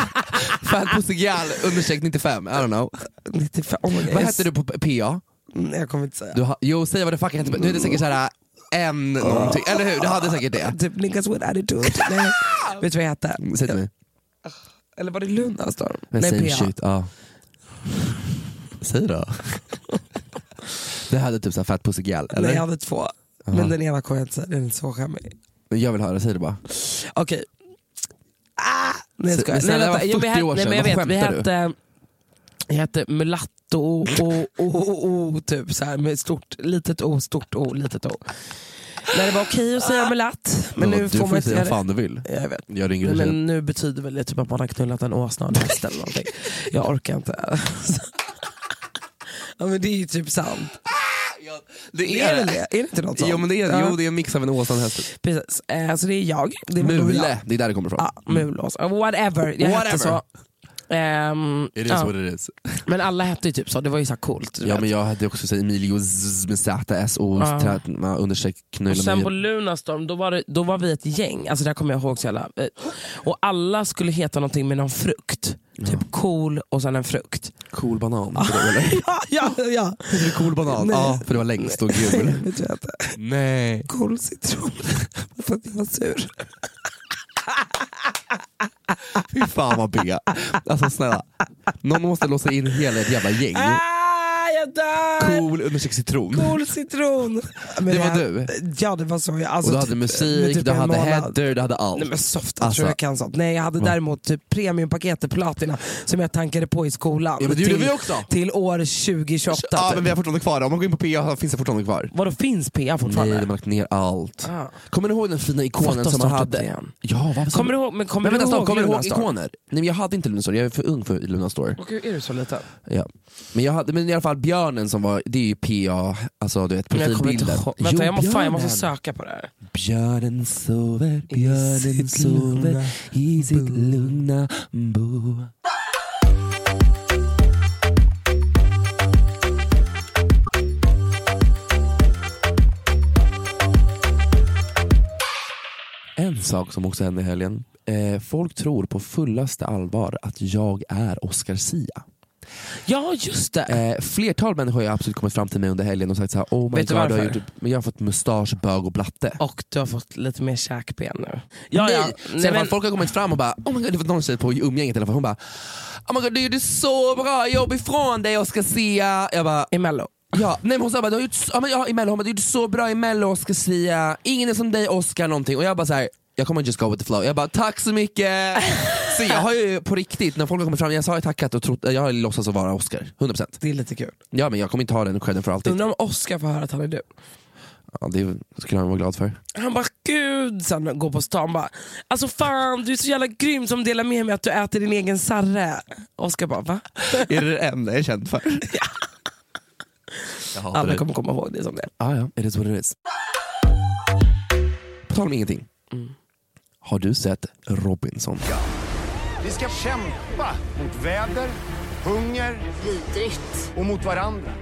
Fat pussy gal understreck 95, I don't know. 95, oh my God. Vad hette du på PA? Nej, jag kommer inte säga. Du ha, jo säg vad det fucking hette, på- du hette säkert såhär en någonting, eller hur? Du hade säkert det. Typ niggas with attitude. Nej. Vet du vad jag hette? Säg till mig. Eller var det Lunarstorm? Men same PH. shit, ja. Säg då. Det hade typ såhär fat pussy gal, eller? Nej, jag hade två. Men den ena kommer jag inte säga, den är så skämmig. Men Jag vill höra, säg det bara. Okej. Ah, nej, jag Så- skojar. men snälla, nej, det vänta. Jo, var vi 40 hette- år nej, sedan. men jag Vad vet, vi skämtar du? hette, jag hette mulatto och och- och- och, typ så här med stort, litet o, stort o, litet o. Nej, det var okej att säga mulatt, men Då, nu du får man får inte säga göra vad det. fan du vill. Jag vet. Jag ringer dig sen. Men nu betyder väl det typ att man har knullat en åsna och en häst eller någonting. Jag orkar inte. ja men det är ju typ sant. Det är väl det? Är det inte något sånt? Jo, men det är, Ja. jo, det är en mix av en åsa och en häst. Precis. Eh, så det är jag. Det är då Mule, jag. det är där det kommer ifrån. Ja, mulås. Eh, Whatever. Jag Whatever. hette så. Ehm, It is ja. what it is. Men alla hette ju typ så, det var ju så här coolt. du Ja vet. men jag hade också sagt Emilio Zzz med ZS och Ja. uh. understreck och knulla sen på med Lunarstorm, då var, det, då var vi ett gäng, alltså det här kommer jag ihåg så jävla... eh, Och alla skulle heta någonting med någon frukt. Typ cool och sen en frukt. cool banan. Eller? Ja, ja, ja. Heter det cool banan? Nej. Ja, för det var längst och gul. Vet du vad jag hette? Nej. Cool citron. För att jag var sur. Fy fan vad B. Alltså snälla. Någon måste låsa in hela ett jävla gäng. Ah, jag det där! Cool understreck citron. Cool citron. Men Det var jag- du? Ja det var så. Jag, och du hade typ- musik, typ du en hade månad. header, du hade allt. Nej men soft, Alltså- tror jag kan sånt. Nej jag hade Va? däremot typ premiumpaketet Platina som jag tankade på i skolan. Ja, men det gjorde till, vi också. Till år 2028. Ja, typ. men vi har fortfarande kvar det. Om man går in på PA finns det fortfarande kvar. Vadå finns PA fortfarande? Nej, de har lagt ner allt. Ah. Kommer ni ihåg den fina ikonen Fatta som man starta hade? upp igen. Ja, vad Kommer du ihåg- men kommer vänta, du stopp, ihåg kommer du ihåg Lunarstorm? ikoner? Nej, men jag hade inte Lunarstorm, jag är för ung för Lunarstorm. Och gud, är du så liten? Ja. Men, jag hade, men i alla fall björnen som var, det är ju PA, alltså du vet Men jag kommer inte profilbilden. ihåg. Vänta jag måste, fan, jag måste björnen. söka på det här. Björnen sover, björnen sitt sover lugna i sitt lugna bo. En sak som också hände i helgen. Eh, folk tror på fullaste allvar att jag är Oscar Sia. Ja just det. Eh, flertal människor har ju absolut kommit fram till mig under helgen och sagt så här, oh my Vet du god, har varför? gjort, men jag har fått mustasch, bög och blatte. Och du har fått lite mer käkben nu. Ja, nej. ja. Så Nej, i alla fall, men- Folk har kommit fram och bara, oh my god, det var någon tjej på umgänget i alla fall, hon bara, oh my god du gjorde så bra jobb ifrån dig Oscar Sia. Jag bara, I mello? Ja, nej men hon sa bara, du har gjort, så- ja, men, ja, i mello, hon bara, du gjorde så bra i mello Oscar Sia, ingen är som dig Oscar någonting. Och jag bara så här, jag kommer just go with the flow. Jag bara, tack så mycket! så jag har ju på riktigt, när folk har kommit fram, jag har ju tackat och trott, jag har låtsats att vara Oscar, 100%. Det är lite kul. Ja men jag kommer inte ha den credden för alltid. Undrar om Oscar får höra att han är du. Ja, det skulle han vara glad för. Han bara gud, sen går på stan bara alltså fan du är så jävla grym som delar med mig att du äter din egen sarre. Oskar bara va? är det det enda jag är känd för? jag hatar Alla det. kommer komma ihåg det som det. Ah, ja, it is what it is. På tal om ingenting. Har du sett Robinson? Vi ska kämpa mot väder, hunger, vidrigt och mot varandra.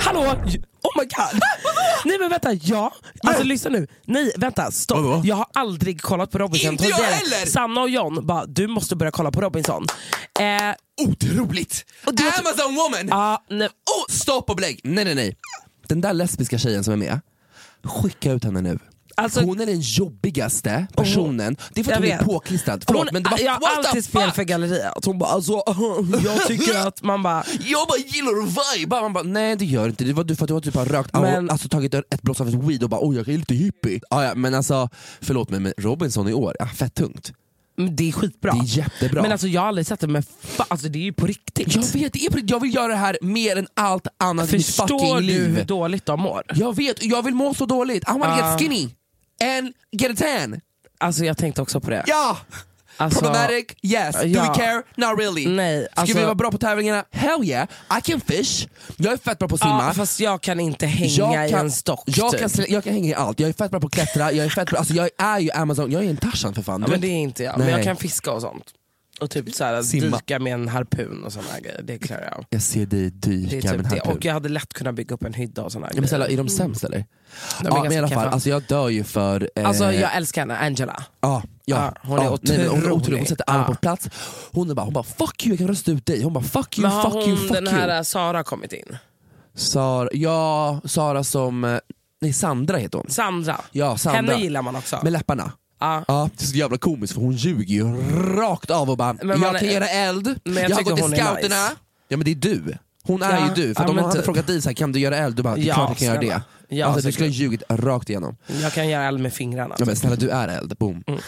Hallå! Oh my god! Nej men vänta, ja. Alltså lyssna nu. Nej vänta, stopp. Jag har aldrig kollat på Robinson. Inte jag Tidigare. heller! Sanna och John bara, du måste börja kolla på Robinson. Eh, Otroligt! Amazon woman! Ah, nej. Oh, stopp och belägg! Nej nej nej. Den där lesbiska tjejen som är med, skicka ut henne nu. Alltså- Oh. hon är den jobbigaste personen. Det är för att Jag hon är vet. påklistrad. Förlåt, hon, Ah, men det var, jag har what the alltid fel fuck? för galleriet. Hon bara alltså, jag tycker att man bara Jag bara gillar att viba! Man bara, nej det gör inte det. var du för att du har typ bara rökt, Men- alltså tagit ett blås av ett weed och bara oj jag är lite hippie. Ah, ja, men alltså, förlåt mig men Robinson i år, ja, fett tungt. Men "Mm, det är skitbra. Det är jättebra. Men alltså jag har aldrig sett det, men fa- alltså, det är ju på riktigt. Jag vet, det är på riktigt. jag vill göra det här mer än allt annat i mitt fucking Förstår du hur liv. dåligt de mår? Jag vet, jag vill må så dåligt. I wanna Ah. get skinny and get a tan. Alltså jag tänkte också på det. Ja! Alltså- Problematic, yes. Do Ja. we care? Not really. Nej, alltså- Ska vi vara bra på tävlingarna? Hell yeah! I can fish. Jag är fett bra på att simma. Ja, Ah, fast jag kan inte hänga i en stock. jag, typ. kan, slä- jag kan hänga i allt, jag är fett bra på att klättra, jag är, fett bra, alltså jag är ju Amazon, jag är en Tarzan för fan. ja, Du men vet. det är inte jag. Men Nej. jag kan fiska och sånt. Och typ så här, Simma. dyka med en harpun och sådana grejer. Det klarar jag av. Jag ser dig Det är dyka med typ den det. här Och jag hade lätt kunnat bygga upp en hydda och sådana Ja, men grejer. snälla, är de sämst eller? är ja, men i ganska alla fall, keffa. alltså jag dör ju för... eh, Alltså jag älskar henne, Angela. Ja, ja, Ja, hon är ja, nej, men Hon, är otrolig. hon otrolig. sätter alla Ja. på plats. Hon är bara, hon bara fuck you, jag kan rösta ut dig. Hon bara fuck you, Men har fuck hon you, fuck den you. här eh, Sara kommit in? Sara, ja, Sara som... eh, Nej, Sandra heter hon. Sandra. Ja, Sandra. Henne gillar man också. Med läpparna. Ja. Ja, det är så jävla komiskt för hon ljuger ju rakt av och bara, man jag är- kan göra eld, Men jag jag, har tycker gått till hon är scouterna. nice. Ja men det är du. Hon är Ja, ju du. För ja, att men om någon hade typ. frågat dig så här, kan du göra eld, du bara, det är Ja, klart jag kan göra snälla. det. Ja, alltså, du säkert. skulle ha ljugit rakt igenom. Jag kan göra eld med fingrarna. Ja, men snälla du är eld, boom. Mm.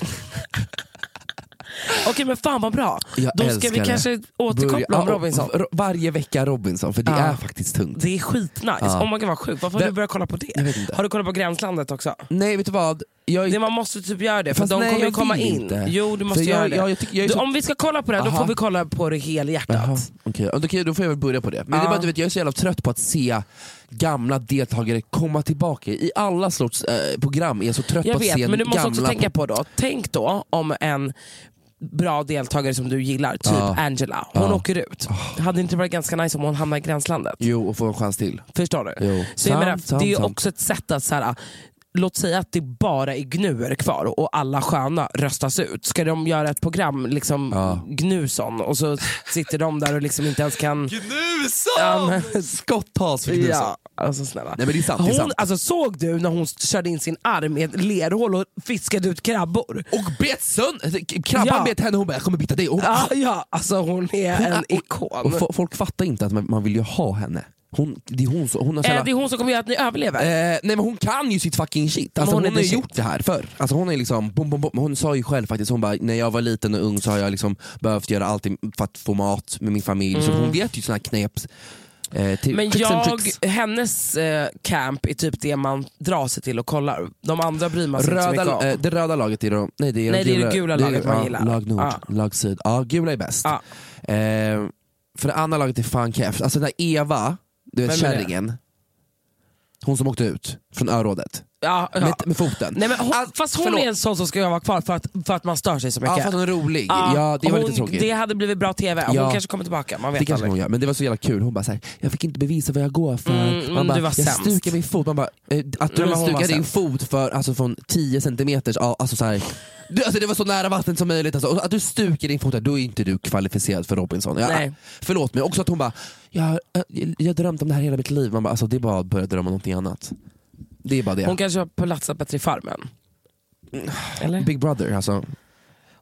Okej men fan vad bra. Jag Då ska älskar vi det. kanske återkoppla om Ja, Robinson. och- Varje vecka Robinson, för det Ja. är faktiskt tungt. Det är skitnice. Ja. Oh my god vad sjukt. Varför har Vem- du börjat kolla på det? Jag vet inte. Har du kollat på Gränslandet också? Nej vet du vad, jag Det, man måste typ göra det, för Fast de nej, kommer ju jag komma vill in. inte. Jo du måste För jag- göra det. jag tycker- jag är du, så- Om vi ska kolla på det här, då Aha. får vi kolla på det helhjärtat. Jaha, okej. Ja, då kan- Då får jag väl börja på det. Men det är Ja. bara, att du vet, jag är så jävla trött på att se gamla deltagare komma tillbaka. I alla sorts eh, program är jag så trött Jag på att se vet, men du måste gamla... också tänka på då. Tänk då om en bra deltagare som du gillar, typ Ja. Angela, hon Ja. Ah. åker ut. Hade inte varit ganska nice om hon hamnar i Gränslandet? Jo, och få en chans till. Förstår du? Jo. Så jag Sant, menar, sant, det är ju sant. också ett sätt att så här, låt säga att det bara är gnuer kvar och alla sköna röstas ut. Ska de göra ett program, liksom Ja. Gnuson, och så sitter de där och liksom inte ens kan... Gnusan! Ja, Skotttas för Gnusan. Ja, alltså snälla. Nej men det är sant. det är Hon, sant. alltså, såg du när hon körde in sin arm i ett lerhål och fiskade ut krabbor? Och Alltså, bet sönder, krabban Ja. bet henne hon bara jag kommer bita dig. Och, Ja, ja, alltså hon är Hon är- en och- ikon. och fo- folk fattar inte att man, man vill ju ha henne. Hon, det är hon, som- hon har Eh, det är hon som kommer göra att ni överlever. Eh, nej men hon kan ju sitt fucking shit. Alltså, Men hon, hon är har the ju gjort det här förr. Alltså, hon, är liksom, bom, bom, bom. hon sa ju själv faktiskt, hon bara, när jag var liten och ung så har jag liksom behövt göra allt för att få mat med min familj. Så Mm. hon vet ju såna här knep. Eh, till, Men tricks and jag, tricks. hennes eh, camp är typ det man drar sig till och kollar. De andra bryr man sig inte så mycket Röda, om. eh, det röda laget är de, nej det är, Nej, de det är det gula laget man ja, gillar. Lag nord, Ja. lag syd. Ja, gula är bäst. Eh, för det andra laget är fan keft. Alltså den där Eva, du vet Vem är det? kärringen. Hon som åkte ut från örådet. Ja, ja. Med, med foten. Nej, men hon, fast hon förlåt. är en sån som ska vara kvar för att, för att man stör sig så mycket. Ja, för att hon är rolig. Ja, det var hon, lite tråkigt. Det hade blivit bra TV. Hon Ja. kanske kommer tillbaka, man det vet kanske hon aldrig. gör, men det var så jävla kul. Hon bara såhär, jag fick inte bevisa vad jag går för. Mm, mm, man bara, du var jag sämst." stukar min fot. Man bara, eh, att Nej, du men hon stukar var din sämst. fot för, alltså från 10 centimeters, ja, alltså såhär. Du, alltså det var så nära vattnet som möjligt. Alltså. Och Att du stukar din fot, där, då är inte du kvalificerad för Robinson. Ja, Nej. Förlåt mig, också att hon bara, jag har jag, jag har drömt om det här hela mitt liv. Man bara, alltså, det är bara att börja drömma om någonting annat. Det är bara det. Hon kanske har platsat bättre i Farmen. Eller? Big brother alltså.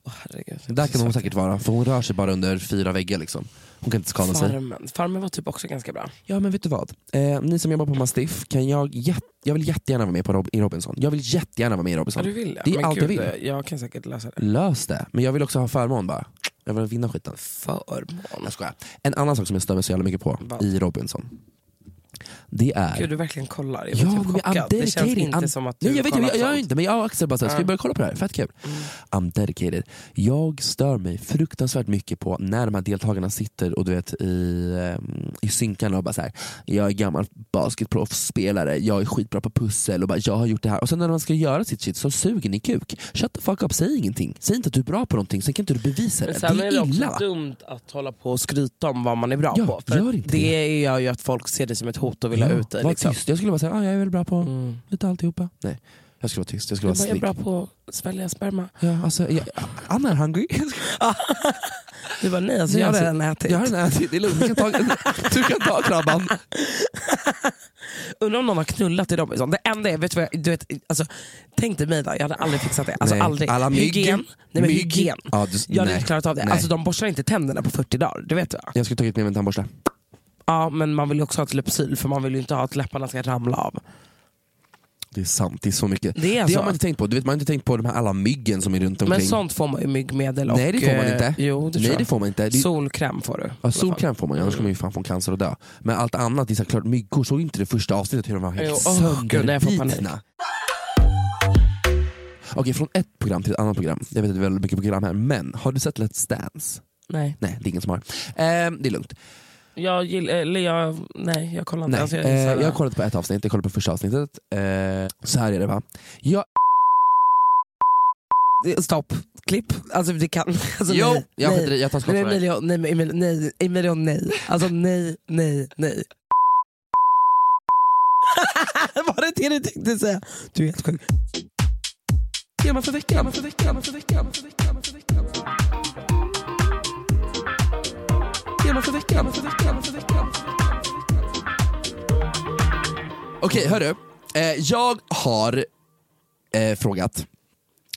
herregud. Där kan hon säkert vara, för hon rör sig bara under fyra väggar liksom. Hon kan inte skada sig. Farmen. Farmen var typ också ganska bra. Ja men vet du vad? Eh, ni som jobbar på Mastiff, kan jag, jätt, jag vill jättegärna vara med på Rob, i Robinson. Jag vill jättegärna vara med i Ja, Robinson. du vill det är Men allt gud, eh, jag vill. Jag kan säkert lösa det. Lös det. Men jag vill också ha förmån bara. Jag vill vinna skiten. Förmån? Jag skojar. En annan sak som jag stör mig så jävla mycket på Vad? i Robinson. Det är... Gud, du verkligen kollar. Jag Ja, var men typ chockad. I'm det känns dedicated. inte I'm- som att du Nej, jag vet kollar jag, jag, på jag är sånt. inte men jag och Axel bara såhär, ska vi Ja. Mm. börja kolla på det här? Fett kul. I'm dedicated. Jag stör mig fruktansvärt mycket på när de här deltagarna sitter och du vet i, ehm, i synkarna och bara såhär, jag är gammal basketproffsspelare, jag är skitbra på pussel och bara, jag har gjort det här. Och sen när man ska göra sitt shit så suger ni kuk. Shut the fuck up, säg ingenting. Säg inte att du är bra på någonting, sen kan inte du bevisa Men det. sen Det är det är också illa. dumt att hålla på och skryta om vad man är bra Ja, på. För gör inte det gör ju att folk ser det som ett hot och vill ha Ja, ut dig. var Liksom. tyst. Jag skulle bara säga, ah, jag är väl bra på lite alltihopa. Nej, jag skulle vara tyst. Jag skulle Jag, vara bara, jag är bra snygg. på att svälja sperma. Ja, alltså, jag, I'm not hungry. Du bara, nej alltså, Nej, jag har alltså, redan ätit. Jag har redan ätit, det är lugnt. Du kan ta, du kan ta krabban. Undrar om någon har knullat i Robinson. Det enda är, vet du vad jag, du vet, alltså, tänk dig mig då, jag hade aldrig fixat det. Alltså Nej, aldrig. alla mygg. hygien. Nej, men Mygg. hygien. Ja, du- jag hade nej, inte klarat av det. nej. Alltså, de borstar inte tänderna på 40 dagar, det vet du va? Jag skulle tagit med mig en tandborste. Ja, men man vill ju också ha ett lypsyl för man vill ju inte ha att läpparna ska ramla av. Det är sant, det är så mycket. Det är det så. har man inte tänkt på. Du vet, man har inte tänkt på de här alla myggen som är runt omkring. Men sånt får man ju myggmedel och... Nej det får man eh, inte. Jo, det tror Nej jag. det får man inte. Det... Solkräm får du. Ja, solkräm får man ju, annars skulle man ju fan få cancer och dö. Men allt annat, det är såklart, myggor, såg du inte det första avsnittet hur de var Jo, helt åh, gud, nej, jag får panik. sönderbitna? Okej, från ett program till ett annat program. Jag vet att det är väldigt mycket program här, men har du sett Let's Dance? Nej. Nej, det är ingen som har. Eh, det är lugnt. Jag gillar... Eller jag... Nej, jag kollar inte. Nej, Alltså, jag, eh, gissar jag det. har kollat på ett avsnitt, jag kollade på första avsnittet. Eh, så här är det va. Jag... Det- Stopp. Klipp. Alltså det kan... Alltså, Jo, nej, jag skiter nej. i, jag tar skott Nej, för det. Emilio, nej, men Emilio, nej, Emilio, nej. Alltså nej, nej, nej. Var det det du tänkte säga? Du är helt sjuk. Tema för veckan, tema för veckan, tema för veckan, tema för veckan, tema för veckan. Tema för veckan, tema för veckan, tema för veckan. Okej, hörru. Eh, jag har eh, frågat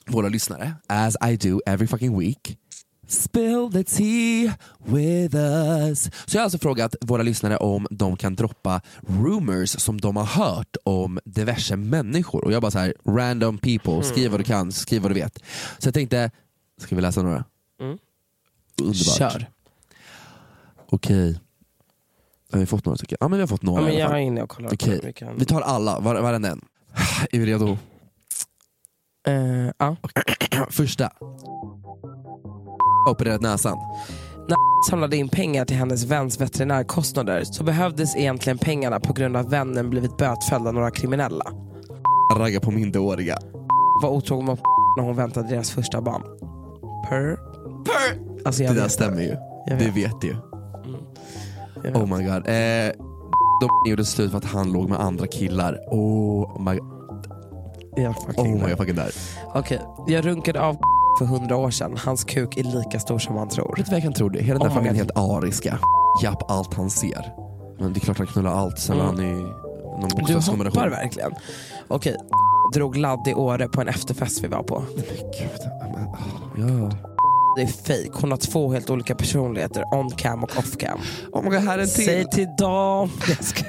våra lyssnare, as I do every fucking week. Spill the tea with us. Så jag har alltså frågat våra lyssnare om de kan droppa rumors som de har hört om diverse människor. Och jag bara så här, random Mm. people, skriv vad du kan, skriv vad du vet. Så jag tänkte, ska vi läsa några? Mm. Underbart. Kör. Okej. Har vi fått några tycker jag? Ja men vi har fått några Ja, men i alla jag fall. är inne och kollar. Okej, Vi kan- vi tar alla, var, varenda en. Är vi redo? Eh, ja. Första. Opererat näsan. När samlade in pengar till hennes väns veterinärkostnader så behövdes egentligen pengarna på grund av att vännen blivit bötfälld av några kriminella. Ragga på minderåriga. Var otrogen mot när hon väntade deras första barn. Per. Per. Alltså jag det där vet. stämmer ju. Jag Du vet. vet ju. vet. Oh my god. Eh, de gjorde slut för att han låg med andra killar. Oh my, Jag fucking oh där. my fucking där. Okej, jag runkade av för hundra år sedan. Hans kuk är lika stor som han tror. Vet du vad jag kan tro? Det? Hela den där Oh my familjen är God. helt ariska. Japp allt han ser. Men det är klart han knullar allt sen Mm. han är i någon Du bokstavskombination. hoppar verkligen. Okej, drog ladd i Åre på en efterfest vi var på. Men gud. ah, Ja. Det är fake. Hon har två helt olika personligheter, on cam och off cam. Oh my God, här är en till. Säg till dem. Jag ska-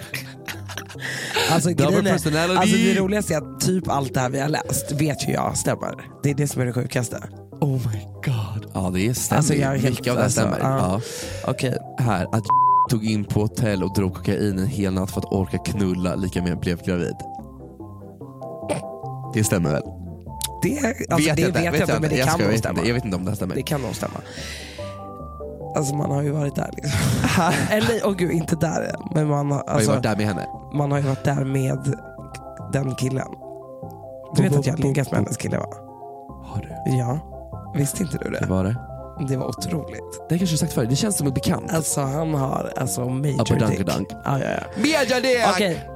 Alltså, Double grejen är, alltså personality. det roligaste är att typ allt det här vi har läst vet ju jag stämmer. Det är det som är det sjukaste. Oh my god. Ja det är stämmer. Alltså, Alltså, jag är helt- Mycket av det här alltså, stämmer. ja. ja. Här, att tog in på hotell och drog kokain en hel natt för att orka knulla lika med blev gravid. Det stämmer väl? Det, alltså, det inte, vet jag inte, men det jag kan skojar, nog jag vet stämma. inte. Jag vet inte om det här stämmer. Det kan nog stämma. Alltså man har ju varit där liksom. Eller, åh gud, inte där än. Men man har, har ju alltså, varit där med henne. man har ju varit där med den killen. Du vet att jag har legat med hennes kille va? Har du? Ja. Visste inte du det? Det var det. Det var otroligt. Det har jag kanske sagt förut, det känns som ett bekant. Alltså han har alltså Upper major dunk, dick. dunk. Ja, ja, ja. Media det! Okej.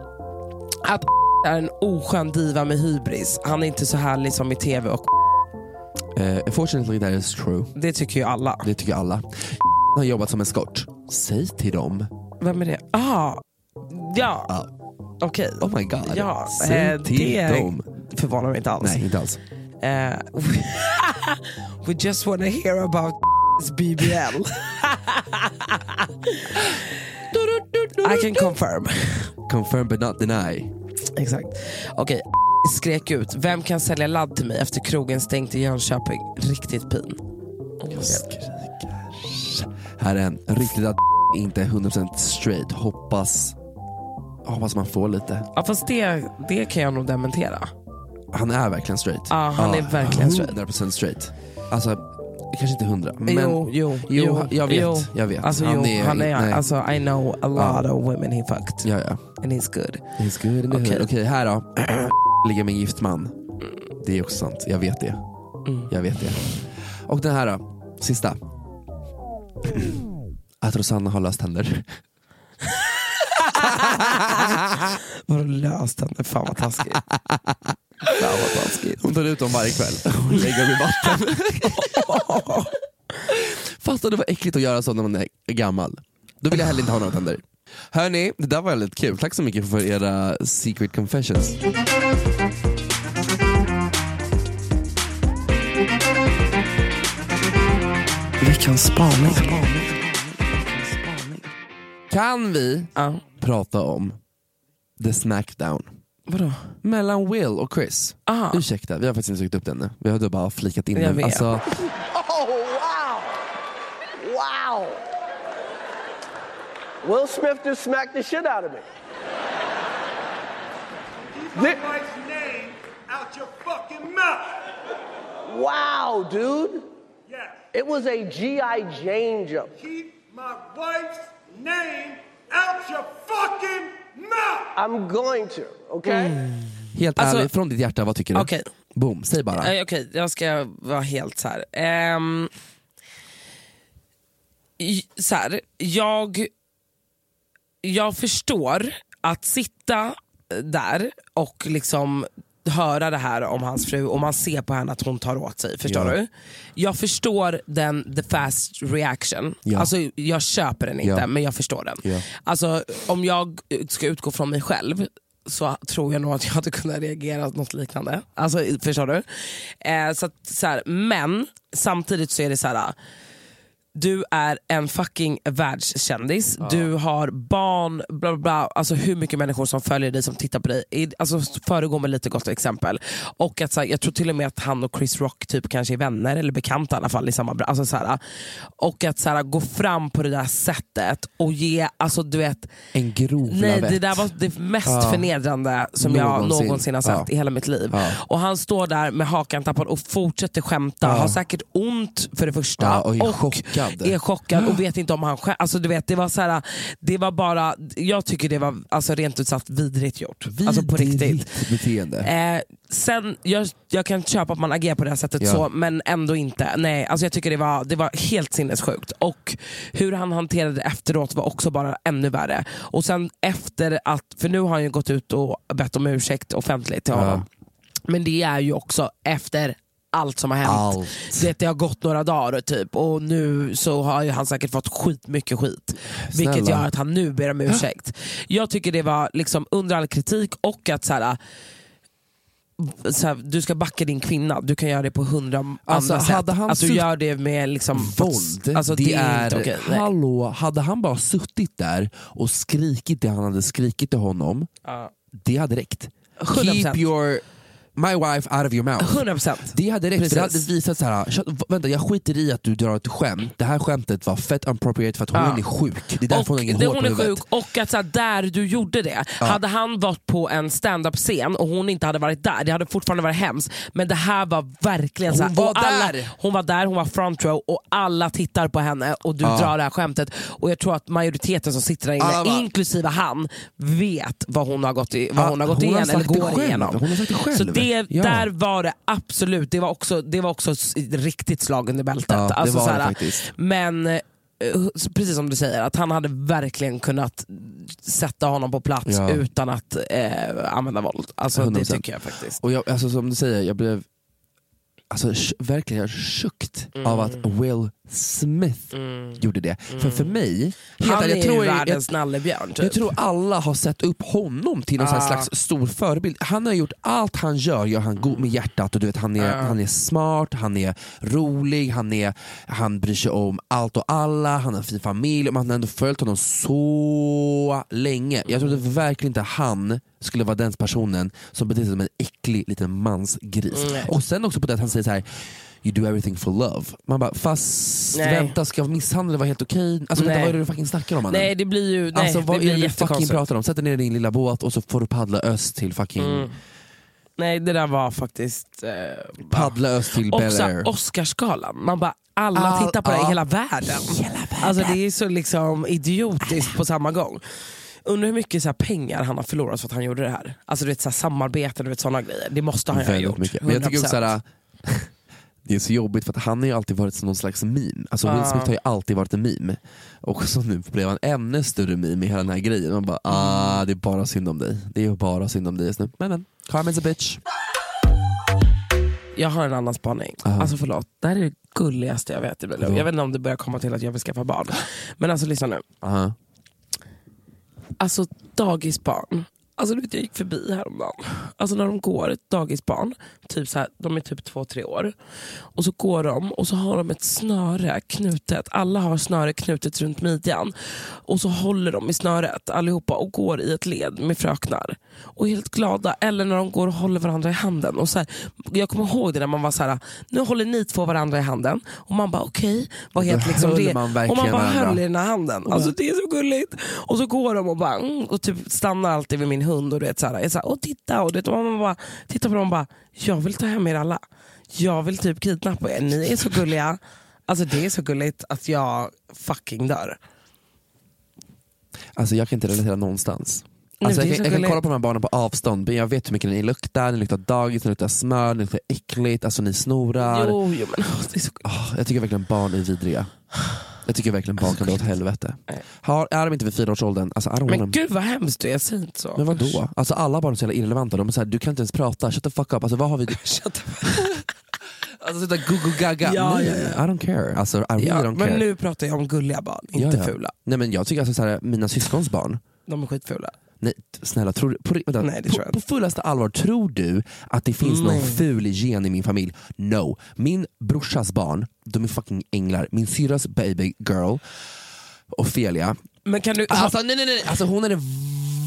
Att är en oskön diva med hybris. Han är inte så härlig som i tv och Eh, unfortunately that is true. det tycker ju alla. Det tycker alla. har jobbat som eskort. Säg till dem. Vem är det? Ah, ja. Okej. Oh my god. Ja, Säg eh, till det- dem. Förvånar mig inte alls. Nej, inte alls. Eh, we, we just wanna hear about BBL. I can confirm. Confirm but not deny. Exakt. Okej, skrek ut, vem kan sälja ladd till mig efter krogen stängt i Jönköping? Riktigt pin. Oh my God. Här är en riktigt att inte är 100% straight. Hoppas, hoppas man får lite. Ja fast det, det kan jag nog dementera. Han är verkligen straight. Ja, han är verkligen straight. 100% straight. Alltså, kanske inte 100 men jo, jo, Jo, jag vet, jag vet. Alltså, Han jo, är- han är, nej. alltså, I know a lot of women he fucked. Ja, ja. And he's good. It's good in the Okej. hood. Okej, här då. Ligga med en gift man. Det är också sant. Jag vet det. Mm. Jag vet det. Och den här då. Sista. Att Rosanna har löst tänder. Vadå löst henne? Fan vad taskigt. Fan vad taskigt. Hon tar ut dem varje kväll och lägger dem i vatten. Fattar du vad äckligt att göra så när man är gammal? Då vill jag heller inte ha några tänder. Hörni, det där var väldigt kul. Tack så mycket för era secret confessions. Veckans spaning. Kan vi prata om the smackdown? Vadå? Mellan Will och Chris. Aha. Ursäkta, vi har faktiskt inte sökt upp den nu. Vi har bara flikat in Jag den. vet. Alltså, Oh, wow. Wow. Will Smith just smacked the shit out of me. My wife's name out your fucking mouth. Wow, dude. It was a G.I. Jane jump. Keep my wife's name out your fucking mouth. I'm going to, okay? helt Alltså- ärligt, från ditt hjärta, vad tycker du? Okej. Boom, säg bara. Eh, Okej, jag ska vara helt så här. Ehm, j- så här jag, jag förstår att sitta där och liksom höra det här om hans fru och man ser på henne att hon tar åt sig. Förstår Ja. du? Jag förstår den the fast reaction. Ja. Alltså Jag köper den inte Ja. men jag förstår den. Ja. Alltså, om jag ska utgå från mig själv så tror jag nog att jag hade kunnat reagera något liknande. Alltså, förstår du? Eh, så att, så här, men samtidigt så är det så här. Du är en fucking världskändis, du har barn, bla bla bla. Alltså hur mycket människor som följer dig, som tittar på dig. I- Alltså föregå med lite gott exempel. Och att, så här, jag tror till och med att han och Chris Rock typ kanske är vänner, eller bekanta i alla fall. I samma, bra- alltså, så här, och att så här, gå fram på det där sättet och ge, alltså du vet. En grov Nej, lavett. det där var det mest Ja. förnedrande som jag Någonsin. någonsin har sett Ja. i hela mitt liv. Ja. Och han står där med hakan tappad och fortsätter skämta, Ja. har säkert ont för det första Ja, och är chockad. är chockad och vet inte om han själv, alltså du vet det var så här, det var bara, jag tycker det var alltså, rent ut sagt vidrigt gjort. alltså på riktigt. Vidrigt beteende. Eh, sen, jag, jag kan köpa att man agerar på det här sättet Ja. så, men ändå inte. Nej, alltså jag tycker det var, det var helt sinnessjukt. Och hur han hanterade det efteråt var också bara ännu värre. Och sen efter att, för nu har han ju gått ut och bett om ursäkt offentligt till honom. Men det är ju också efter allt som har hänt. Allt. Du Vet, det har gått några dagar typ och nu så har ju han säkert fått skitmycket skit. Vilket Snälla. gör att han nu ber om ursäkt. Jag tycker det var liksom under all kritik och att så här, så här, du ska backa din kvinna, du kan göra det på hundra Alltså, andra hade sätt. han att du sutt- gör det med liksom, våld. Alltså, det, är inte okej. Nej. hallå, hade han bara suttit där och skrikit det han hade skrikit till honom, Ja. det hade räckt. 100%. Keep your my wife out of your mouth. 100%. Det hade räckt, för det hade Precis. visat så här, "Shut- v- vänta jag skiter i att du drar ett skämt, det här skämtet var fett appropriate för att hon Ja. är sjuk. Det är därför hon har inget det- hår på hon är huvudet. sjuk och att så här, där du gjorde det, Ja. hade han varit på en stand-up-scen och hon inte hade varit där, det hade fortfarande varit hemskt. Men det här var verkligen så här, Hon var och alla, där. Hon var där, hon var front row och alla tittar på henne och du Ja. drar det här skämtet. Och jag tror att majoriteten som sitter där inne, Alla bara- inklusive han, vet vad hon har gått, i, vad Ja, hon har gått hon har igenom sagt eller det går själv. igenom. Hon har sagt det själv. Så det, Ja. där var det absolut, det var också, det var också s- riktigt slag under bältet. Ja, det alltså, var så det här, faktiskt. Men eh, precis som du säger, att han hade verkligen kunnat sätta honom på plats Ja. utan att eh, använda våld. Alltså, det 100%. tycker jag faktiskt. Och jag, alltså, som du säger, jag blev alltså, sh- verkligen sjukt Mm. av att Will Smith Mm. gjorde det. För för mig, helt Han ärligt, är jag tror, ju jag, världens nallebjörn. Typ. jag tror alla har sett upp honom till någon sån här Ah. slags stor förebild. Han har gjort allt han gör, gör han god med hjärtat och du vet, han, är, Ah. han är smart, han är rolig, han, är, han bryr sig om allt och alla, han har en fin familj, man har ändå följt honom så länge. Jag trodde verkligen inte han skulle vara den personen som beter sig som en äcklig liten mansgris. Mm, Nej. Och sen också på det att han säger så här. You do everything for love. Man bara, fast Nej. vänta ska misshandel vara helt okej? Alltså vänta, Nej. vad är det du fucking snackar om mannen? Nej det blir ju nej, alltså vad det blir är det du fucking jättekonstigt. pratar om? Sätt dig ner i din lilla båt och så får du paddla öst till fucking... Mm. Nej det där var faktiskt... Eh, Paddla öst till och Bel så Air. här, Oscarsgalan, man bara alla All- tittar på det ja. i hela världen. Alltså det är så liksom idiotiskt på samma gång. Undrar hur mycket så här pengar han har förlorat för att han gjorde det här. Alltså du vet så här, samarbeten och sådana grejer. Det måste han ju ha Väldigt gjort. mycket. Men jag tycker också 100%. såhär, det är så jobbigt för att han har ju alltid varit som någon slags meme. Alltså Will Ja. Smith har ju alltid varit en meme. Och så nu blev han ännu större meme i hela den här grejen. Man bara, ah det är bara synd om dig. Det är bara synd om dig just nu. Men men, Carmen's a bitch. Jag har en annan spaning. Aha. Alltså förlåt, det här är det gulligaste jag vet. ibland. Vadå? Jag vet inte om det börjar komma till att jag vill skaffa barn. Men alltså lyssna nu. Aha. Alltså dagisbarn. Alltså du vet, jag gick förbi häromdagen. Alltså när de går, ett dagisbarn, typ så här, de är typ två, tre år. Och så går de och så har de ett snöre knutet. Alla har snöre knutet runt midjan. Och så håller de i snöret allihopa och går i ett led med fröknar. Och är helt glada. Eller när de går och håller varandra i handen. Och så här, jag kommer ihåg det när man var så här, nu håller ni två varandra i handen. Och man bara okej, vad Då heter liksom höll det? man och man verkligen bara varandra. höll i den här handen. Alltså det är så gulligt. Och så går de och bara mm, och typ stannar alltid vid min hund och du vet så här, är så här, och titta och, du vet, och man bara tittar på dem och bara, jag vill ta hem er alla. Jag vill typ kidnappa er, ni är så gulliga. Alltså det är så gulligt att jag fucking dör. Alltså jag kan inte relatera någonstans. Nej, Alltså, det är så jag, kan, jag kan gulligt. kolla på de här barnen på avstånd, men jag vet hur mycket ni luktar, ni luktar dagis, ni luktar smör, ni luktar äckligt, alltså ni snorar. Jo, jo men åh, det är så gulligt. Ah, jag tycker verkligen barn är vidriga. Jag tycker verkligen barn kan dra åt helvete. Nej. Har, är de inte vid fyraårsåldern, alltså I don't want Men them. gud vad hemskt du är, säg inte så. Men vadå? Alltså alla barn är så jävla irrelevanta, de är så här, du kan inte ens prata, shut the fuck up. Alltså vad har vi... alltså sluta gugu-gaga. Ja, Nej, ja, ja. I don't care. Alltså I really Ja, don't care. men nu pratar jag om gulliga barn, Ja, inte ja. fula. Nej men jag tycker alltså så här, mina syskons barn, De är skitfula. nej t- snälla, tror, du- på, ri- vänta, Nej, det tror jag på, på fullaste allvar, tror du att det finns någon Nej. ful gen i min familj? No. Min brorsas barn, de är fucking änglar. Min syrras baby girl, Ophelia, Men kan du... Alltså, nej, nej, nej. alltså hon är den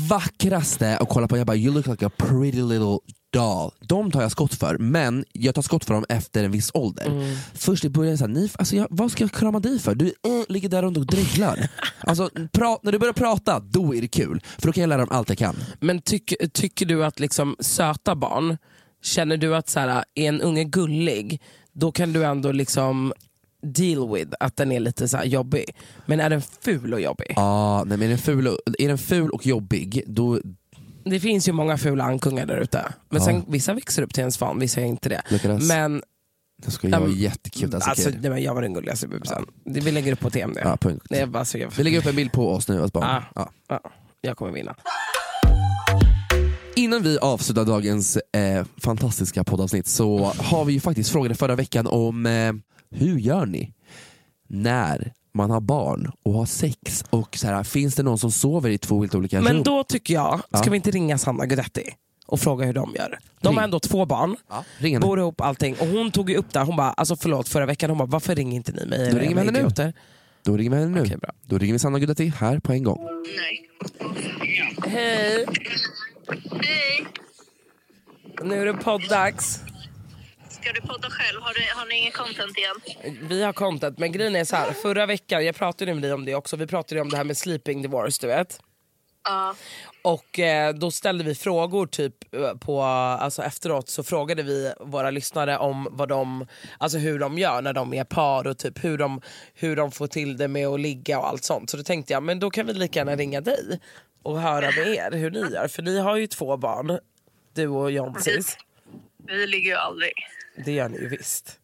vackraste att kolla på. Jag bara, you look like a pretty little doll. De tar jag skott för, men jag tar skott för dem efter en viss ålder. Mm. Först i början, så här, ni, alltså, jag, vad ska jag krama dig för? Du eh, ligger där runt och dreglar. alltså, pra, när du börjar prata, då är det kul. För då kan jag lära dem allt jag kan. Men tyck, tycker du att liksom söta barn, känner du att så här, är en unge gullig, då kan du ändå liksom deal with att den är lite så här jobbig. Men är den ful och jobbig? Ah, nej, men är, den ful och, är den ful och jobbig, då... Det finns ju många fula ankungar där ute. Men Ja. sen, vissa växer upp till en svan, vissa gör inte det. Look at us. Men, Det skulle jag vara Ehm, jättekul. Alltså, alltså, kid. nej, men jag var den gulligaste bebisen. Det- Vi lägger upp på TM det. Ja, punkt. Nej, jag, bara, så jag, Vi lägger upp en bild på oss nu, alltså barn. Ah. Ja. ja, jag kommer vinna. Innan vi avslutar dagens eh, fantastiska poddavsnitt så har vi ju faktiskt frågat förra veckan om eh, hur gör ni när man har barn och har sex och så här, finns det någon som sover i två helt olika Men rum? då tycker jag, ska Alltså, Ja. vi inte ringa Sanna Guidetti? och fråga hur de gör. De har ändå två barn, bor ihop allting. Och hon tog ju upp det här, hon bara, alltså förlåt förra veckan, hon bara, varför ringer inte ni mig? Då ringer vi henne nu. nu. Då ringer vi henne nu. Då ringer vi Sanna Gudati här på en gång. Hej. Hej. Nu är det podddags. Ska du podda själv? Har, du, har ni ingen content igen? Vi har content, men grejen är så här. Förra veckan, jag pratade ju med dig om det också. Vi pratade ju om det här med sleeping divorce, du vet. Ja. Och eh, då ställde vi frågor typ eh, på, alltså efteråt så frågade vi våra lyssnare om vad de, alltså hur de gör när de är par och typ hur de, hur de får till det med att ligga och allt sånt. Så då tänkte jag, men då kan vi lika gärna ringa dig och höra med er hur ni gör. För ni har ju två barn, du och Jonsis. Vi ligger ju aldrig. Eh, Det gör ni ju visst.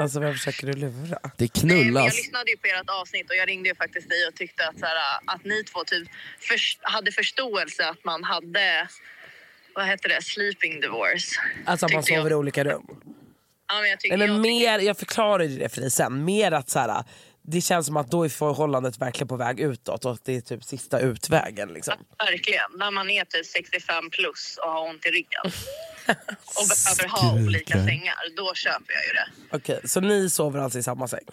Alltså vem försöker du lura? Det Nej, men jag lyssnade ju på ert avsnitt och jag ringde ju faktiskt dig och tyckte att, så här, att ni två typ förs- hade förståelse att man hade, vad heter det, sleeping divorce. Alltså att man tyckte jag. sover i olika rum. Ja, men jag tycker Nej, men mer, jag förklarade ju det för dig sen. Mer att så här, det känns som att då är förhållandet verkligen på väg utåt och att det är typ sista utvägen. Liksom. Verkligen. När man är typ 65 plus och har ont i ryggen och behöver ha olika Skriker. sängar, då köper jag ju det. Okej, så ni sover alltså i samma säng?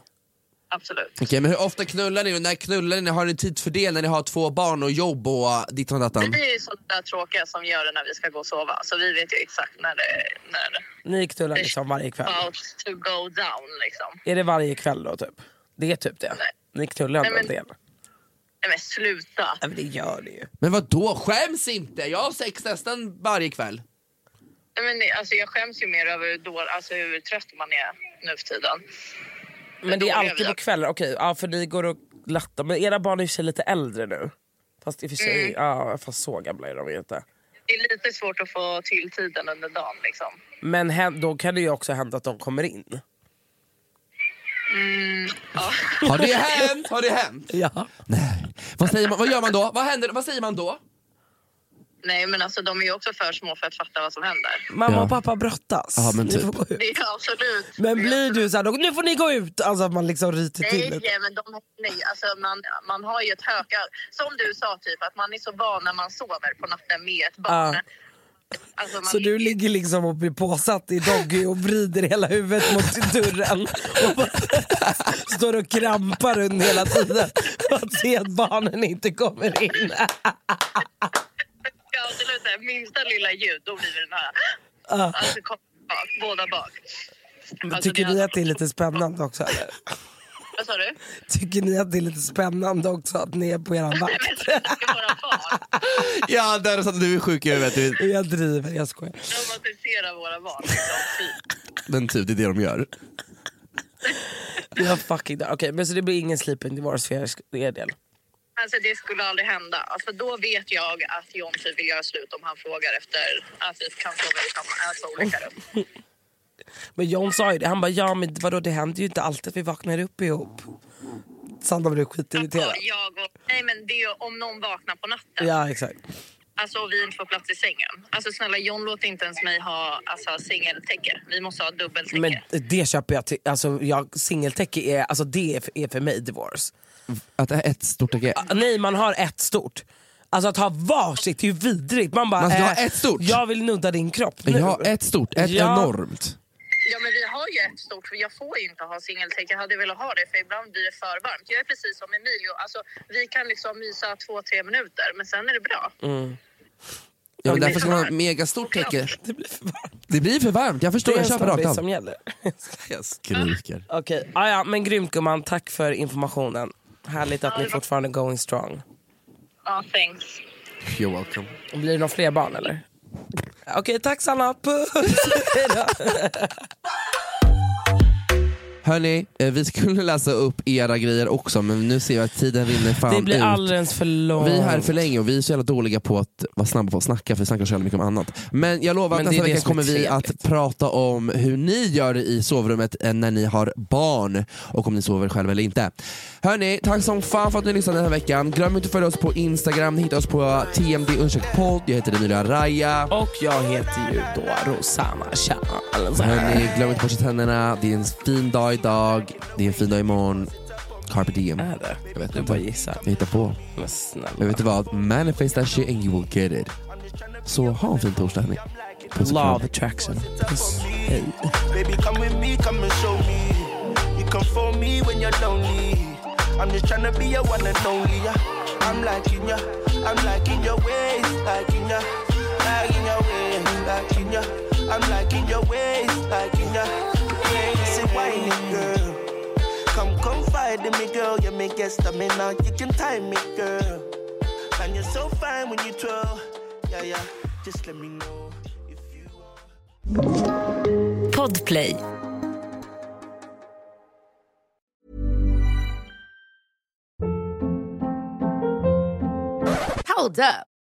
Absolut. Okej, men hur ofta knullar ni och när knullar ni? Har ni tid för det när ni har två barn och jobb och uh, ditt och dattan? Mm. Vi är ju sådana där tråkiga som gör det när vi ska gå och sova. Så vi vet ju exakt när det... När Ni knullar liksom varje kväll? About to go down liksom. Är det varje kväll då typ? Det är typ det? Ni knullar Nej, ändå en men- del? Nej men sluta. Nej, men det gör det ju. Men vad då? skäms inte! Jag har sex nästan varje kväll. Nej, men, det- alltså, jag skäms ju mer över hur, då, alltså, hur trött man är nu för tiden. Men det är dåliga alltid vi på är. kvällar? Okej, ja, för ni går och lattar. Men era barn är i och för sig lite äldre nu. Fast i och för sig, Mm. ja, fast så gamla är de ju inte. Det är lite svårt att få till tiden under dagen liksom. Men hän- då kan det ju också hända att de kommer in. Mm, ja. Har det hänt? Har det hänt? Ja. Vad, säger man, vad gör man då? Vad händer? Vad säger man då? Nej men alltså de är ju också för små för att fatta vad som händer. Mamma och pappa brottas. Ja, men Ni typ. får gå ut. Det är absolut. Men blir du såhär, nu får ni gå ut! Alltså att man liksom ryter till Nej, lite. men de, nej, alltså man, man har ju ett höga... Som du sa, typ att man är så van när man sover på natten med ett barn. Ja. Alltså man, Så du ligger liksom och blir påsatt i Doggy och vrider hela huvudet mot dörren och bara står och krampar under hela tiden för att se att barnen inte kommer in. Alltså, ja, absolut, så här, minsta lilla ljud, då blir det den här... Ja. Alltså kom bak, båda bak. Men Alltså, Tycker det ni hade- att det är lite spännande också? Eller? Vad sa du? Tycker ni att det är lite spännande också att ni är på eran vakt? alltså, Ja, där satt du är sjuk i huvudet. Jag driver, jag skojar. Romantisera våra barn. Men typ, det är det de gör. Jag fucking dör. Okej, men så det blir ingen sleeping divorce för er- er del? Alltså det skulle aldrig hända. Alltså då vet jag att John typ vill göra slut om han frågar efter att vi kan sova i samma, alltså olika rum. Men John sa ju det, han bara ja men vadå det händer ju inte alltid att vi vaknar upp ihop. Sandra blev skitirriterad. Och Alltså, jag och, nej men det är ju om någon vaknar på natten. Ja exakt. Alltså och vi inte får plats i sängen. Alltså snälla John låter inte ens mig ha alltså, singeltäcke. Vi måste ha dubbeltäcke. Men det köper jag till, alltså jag, singeltäcke är, alltså det är för, är för mig divorce. Att det är ett stort täcke? Nej man har ett stort. Alltså att ha varsitt är ju vidrigt. Man bara, Man ska ha eh, ett stort. jag vill nudda din kropp nu. Jag har ett stort, ett Ja. enormt. Ja men vi har ju ett stort, för jag får ju inte ha singeltäcke. Jag hade velat ha det för ibland blir det för varmt. Jag är precis som Emilio. Alltså vi kan liksom mysa två, tre minuter men sen är det bra. Mm. Ja, men därför ska man ha megastort täcke. Det blir för varmt. Det blir för varmt, jag förstår. Det är Jag köper Sandra rakt som av. gäller. Jag skriker. Okej, ah, ja, men grymt gumman. Tack för informationen. Härligt att ni fortfarande är going strong. Ja, thanks. You're welcome. Blir det några fler barn eller? Okej, tack Sanna. Puss! Hejdå. Hörni, eh, vi skulle läsa upp era grejer också men nu ser jag att tiden rinner fan Det blir ut. alldeles för långt. Vi är här för länge och vi är så jävla dåliga på att vara snabba på att snacka för vi snackar så jävla mycket om annat. Men jag lovar Men att det är nästa det vecka som är kommer vi att prata om hur ni gör i sovrummet eh, när ni har barn och om ni sover själva eller inte. Hörni, tack som fan för att ni lyssnade den här veckan. Glöm inte att följa oss på Instagram, ni hittar oss på TMD podd. Jag heter Emilia Raya. Och jag heter ju då Rosanna Charles. Hörni, glöm inte att borsta tänderna. Det är en fin dag idag. Det är en fin dag imorgon. Carpe diem. Är det? Jag vet Du inte. bara gissar. Jag hittar på. Men snälla. Men vet du vad? Manifest that shit and you will get it. Så ha en fin torsdag hörni. Puss och kram. Love attraction. Puss. Hej. Baby, come with me, come and show me. You come for me when you're lonely. I'm just tryna be your one and only. Yeah. I'm liking ya, I'm liking your ways, liking ya, liking your ways, liking ya. I'm liking your ways, liking ya. Yeah, yeah. Say, whining, girl. Come confide in me, girl. You make get stamina, you can time me, girl. And you're so fine when you twirl. Yeah, yeah. Just let me know. Podplay. Hold up.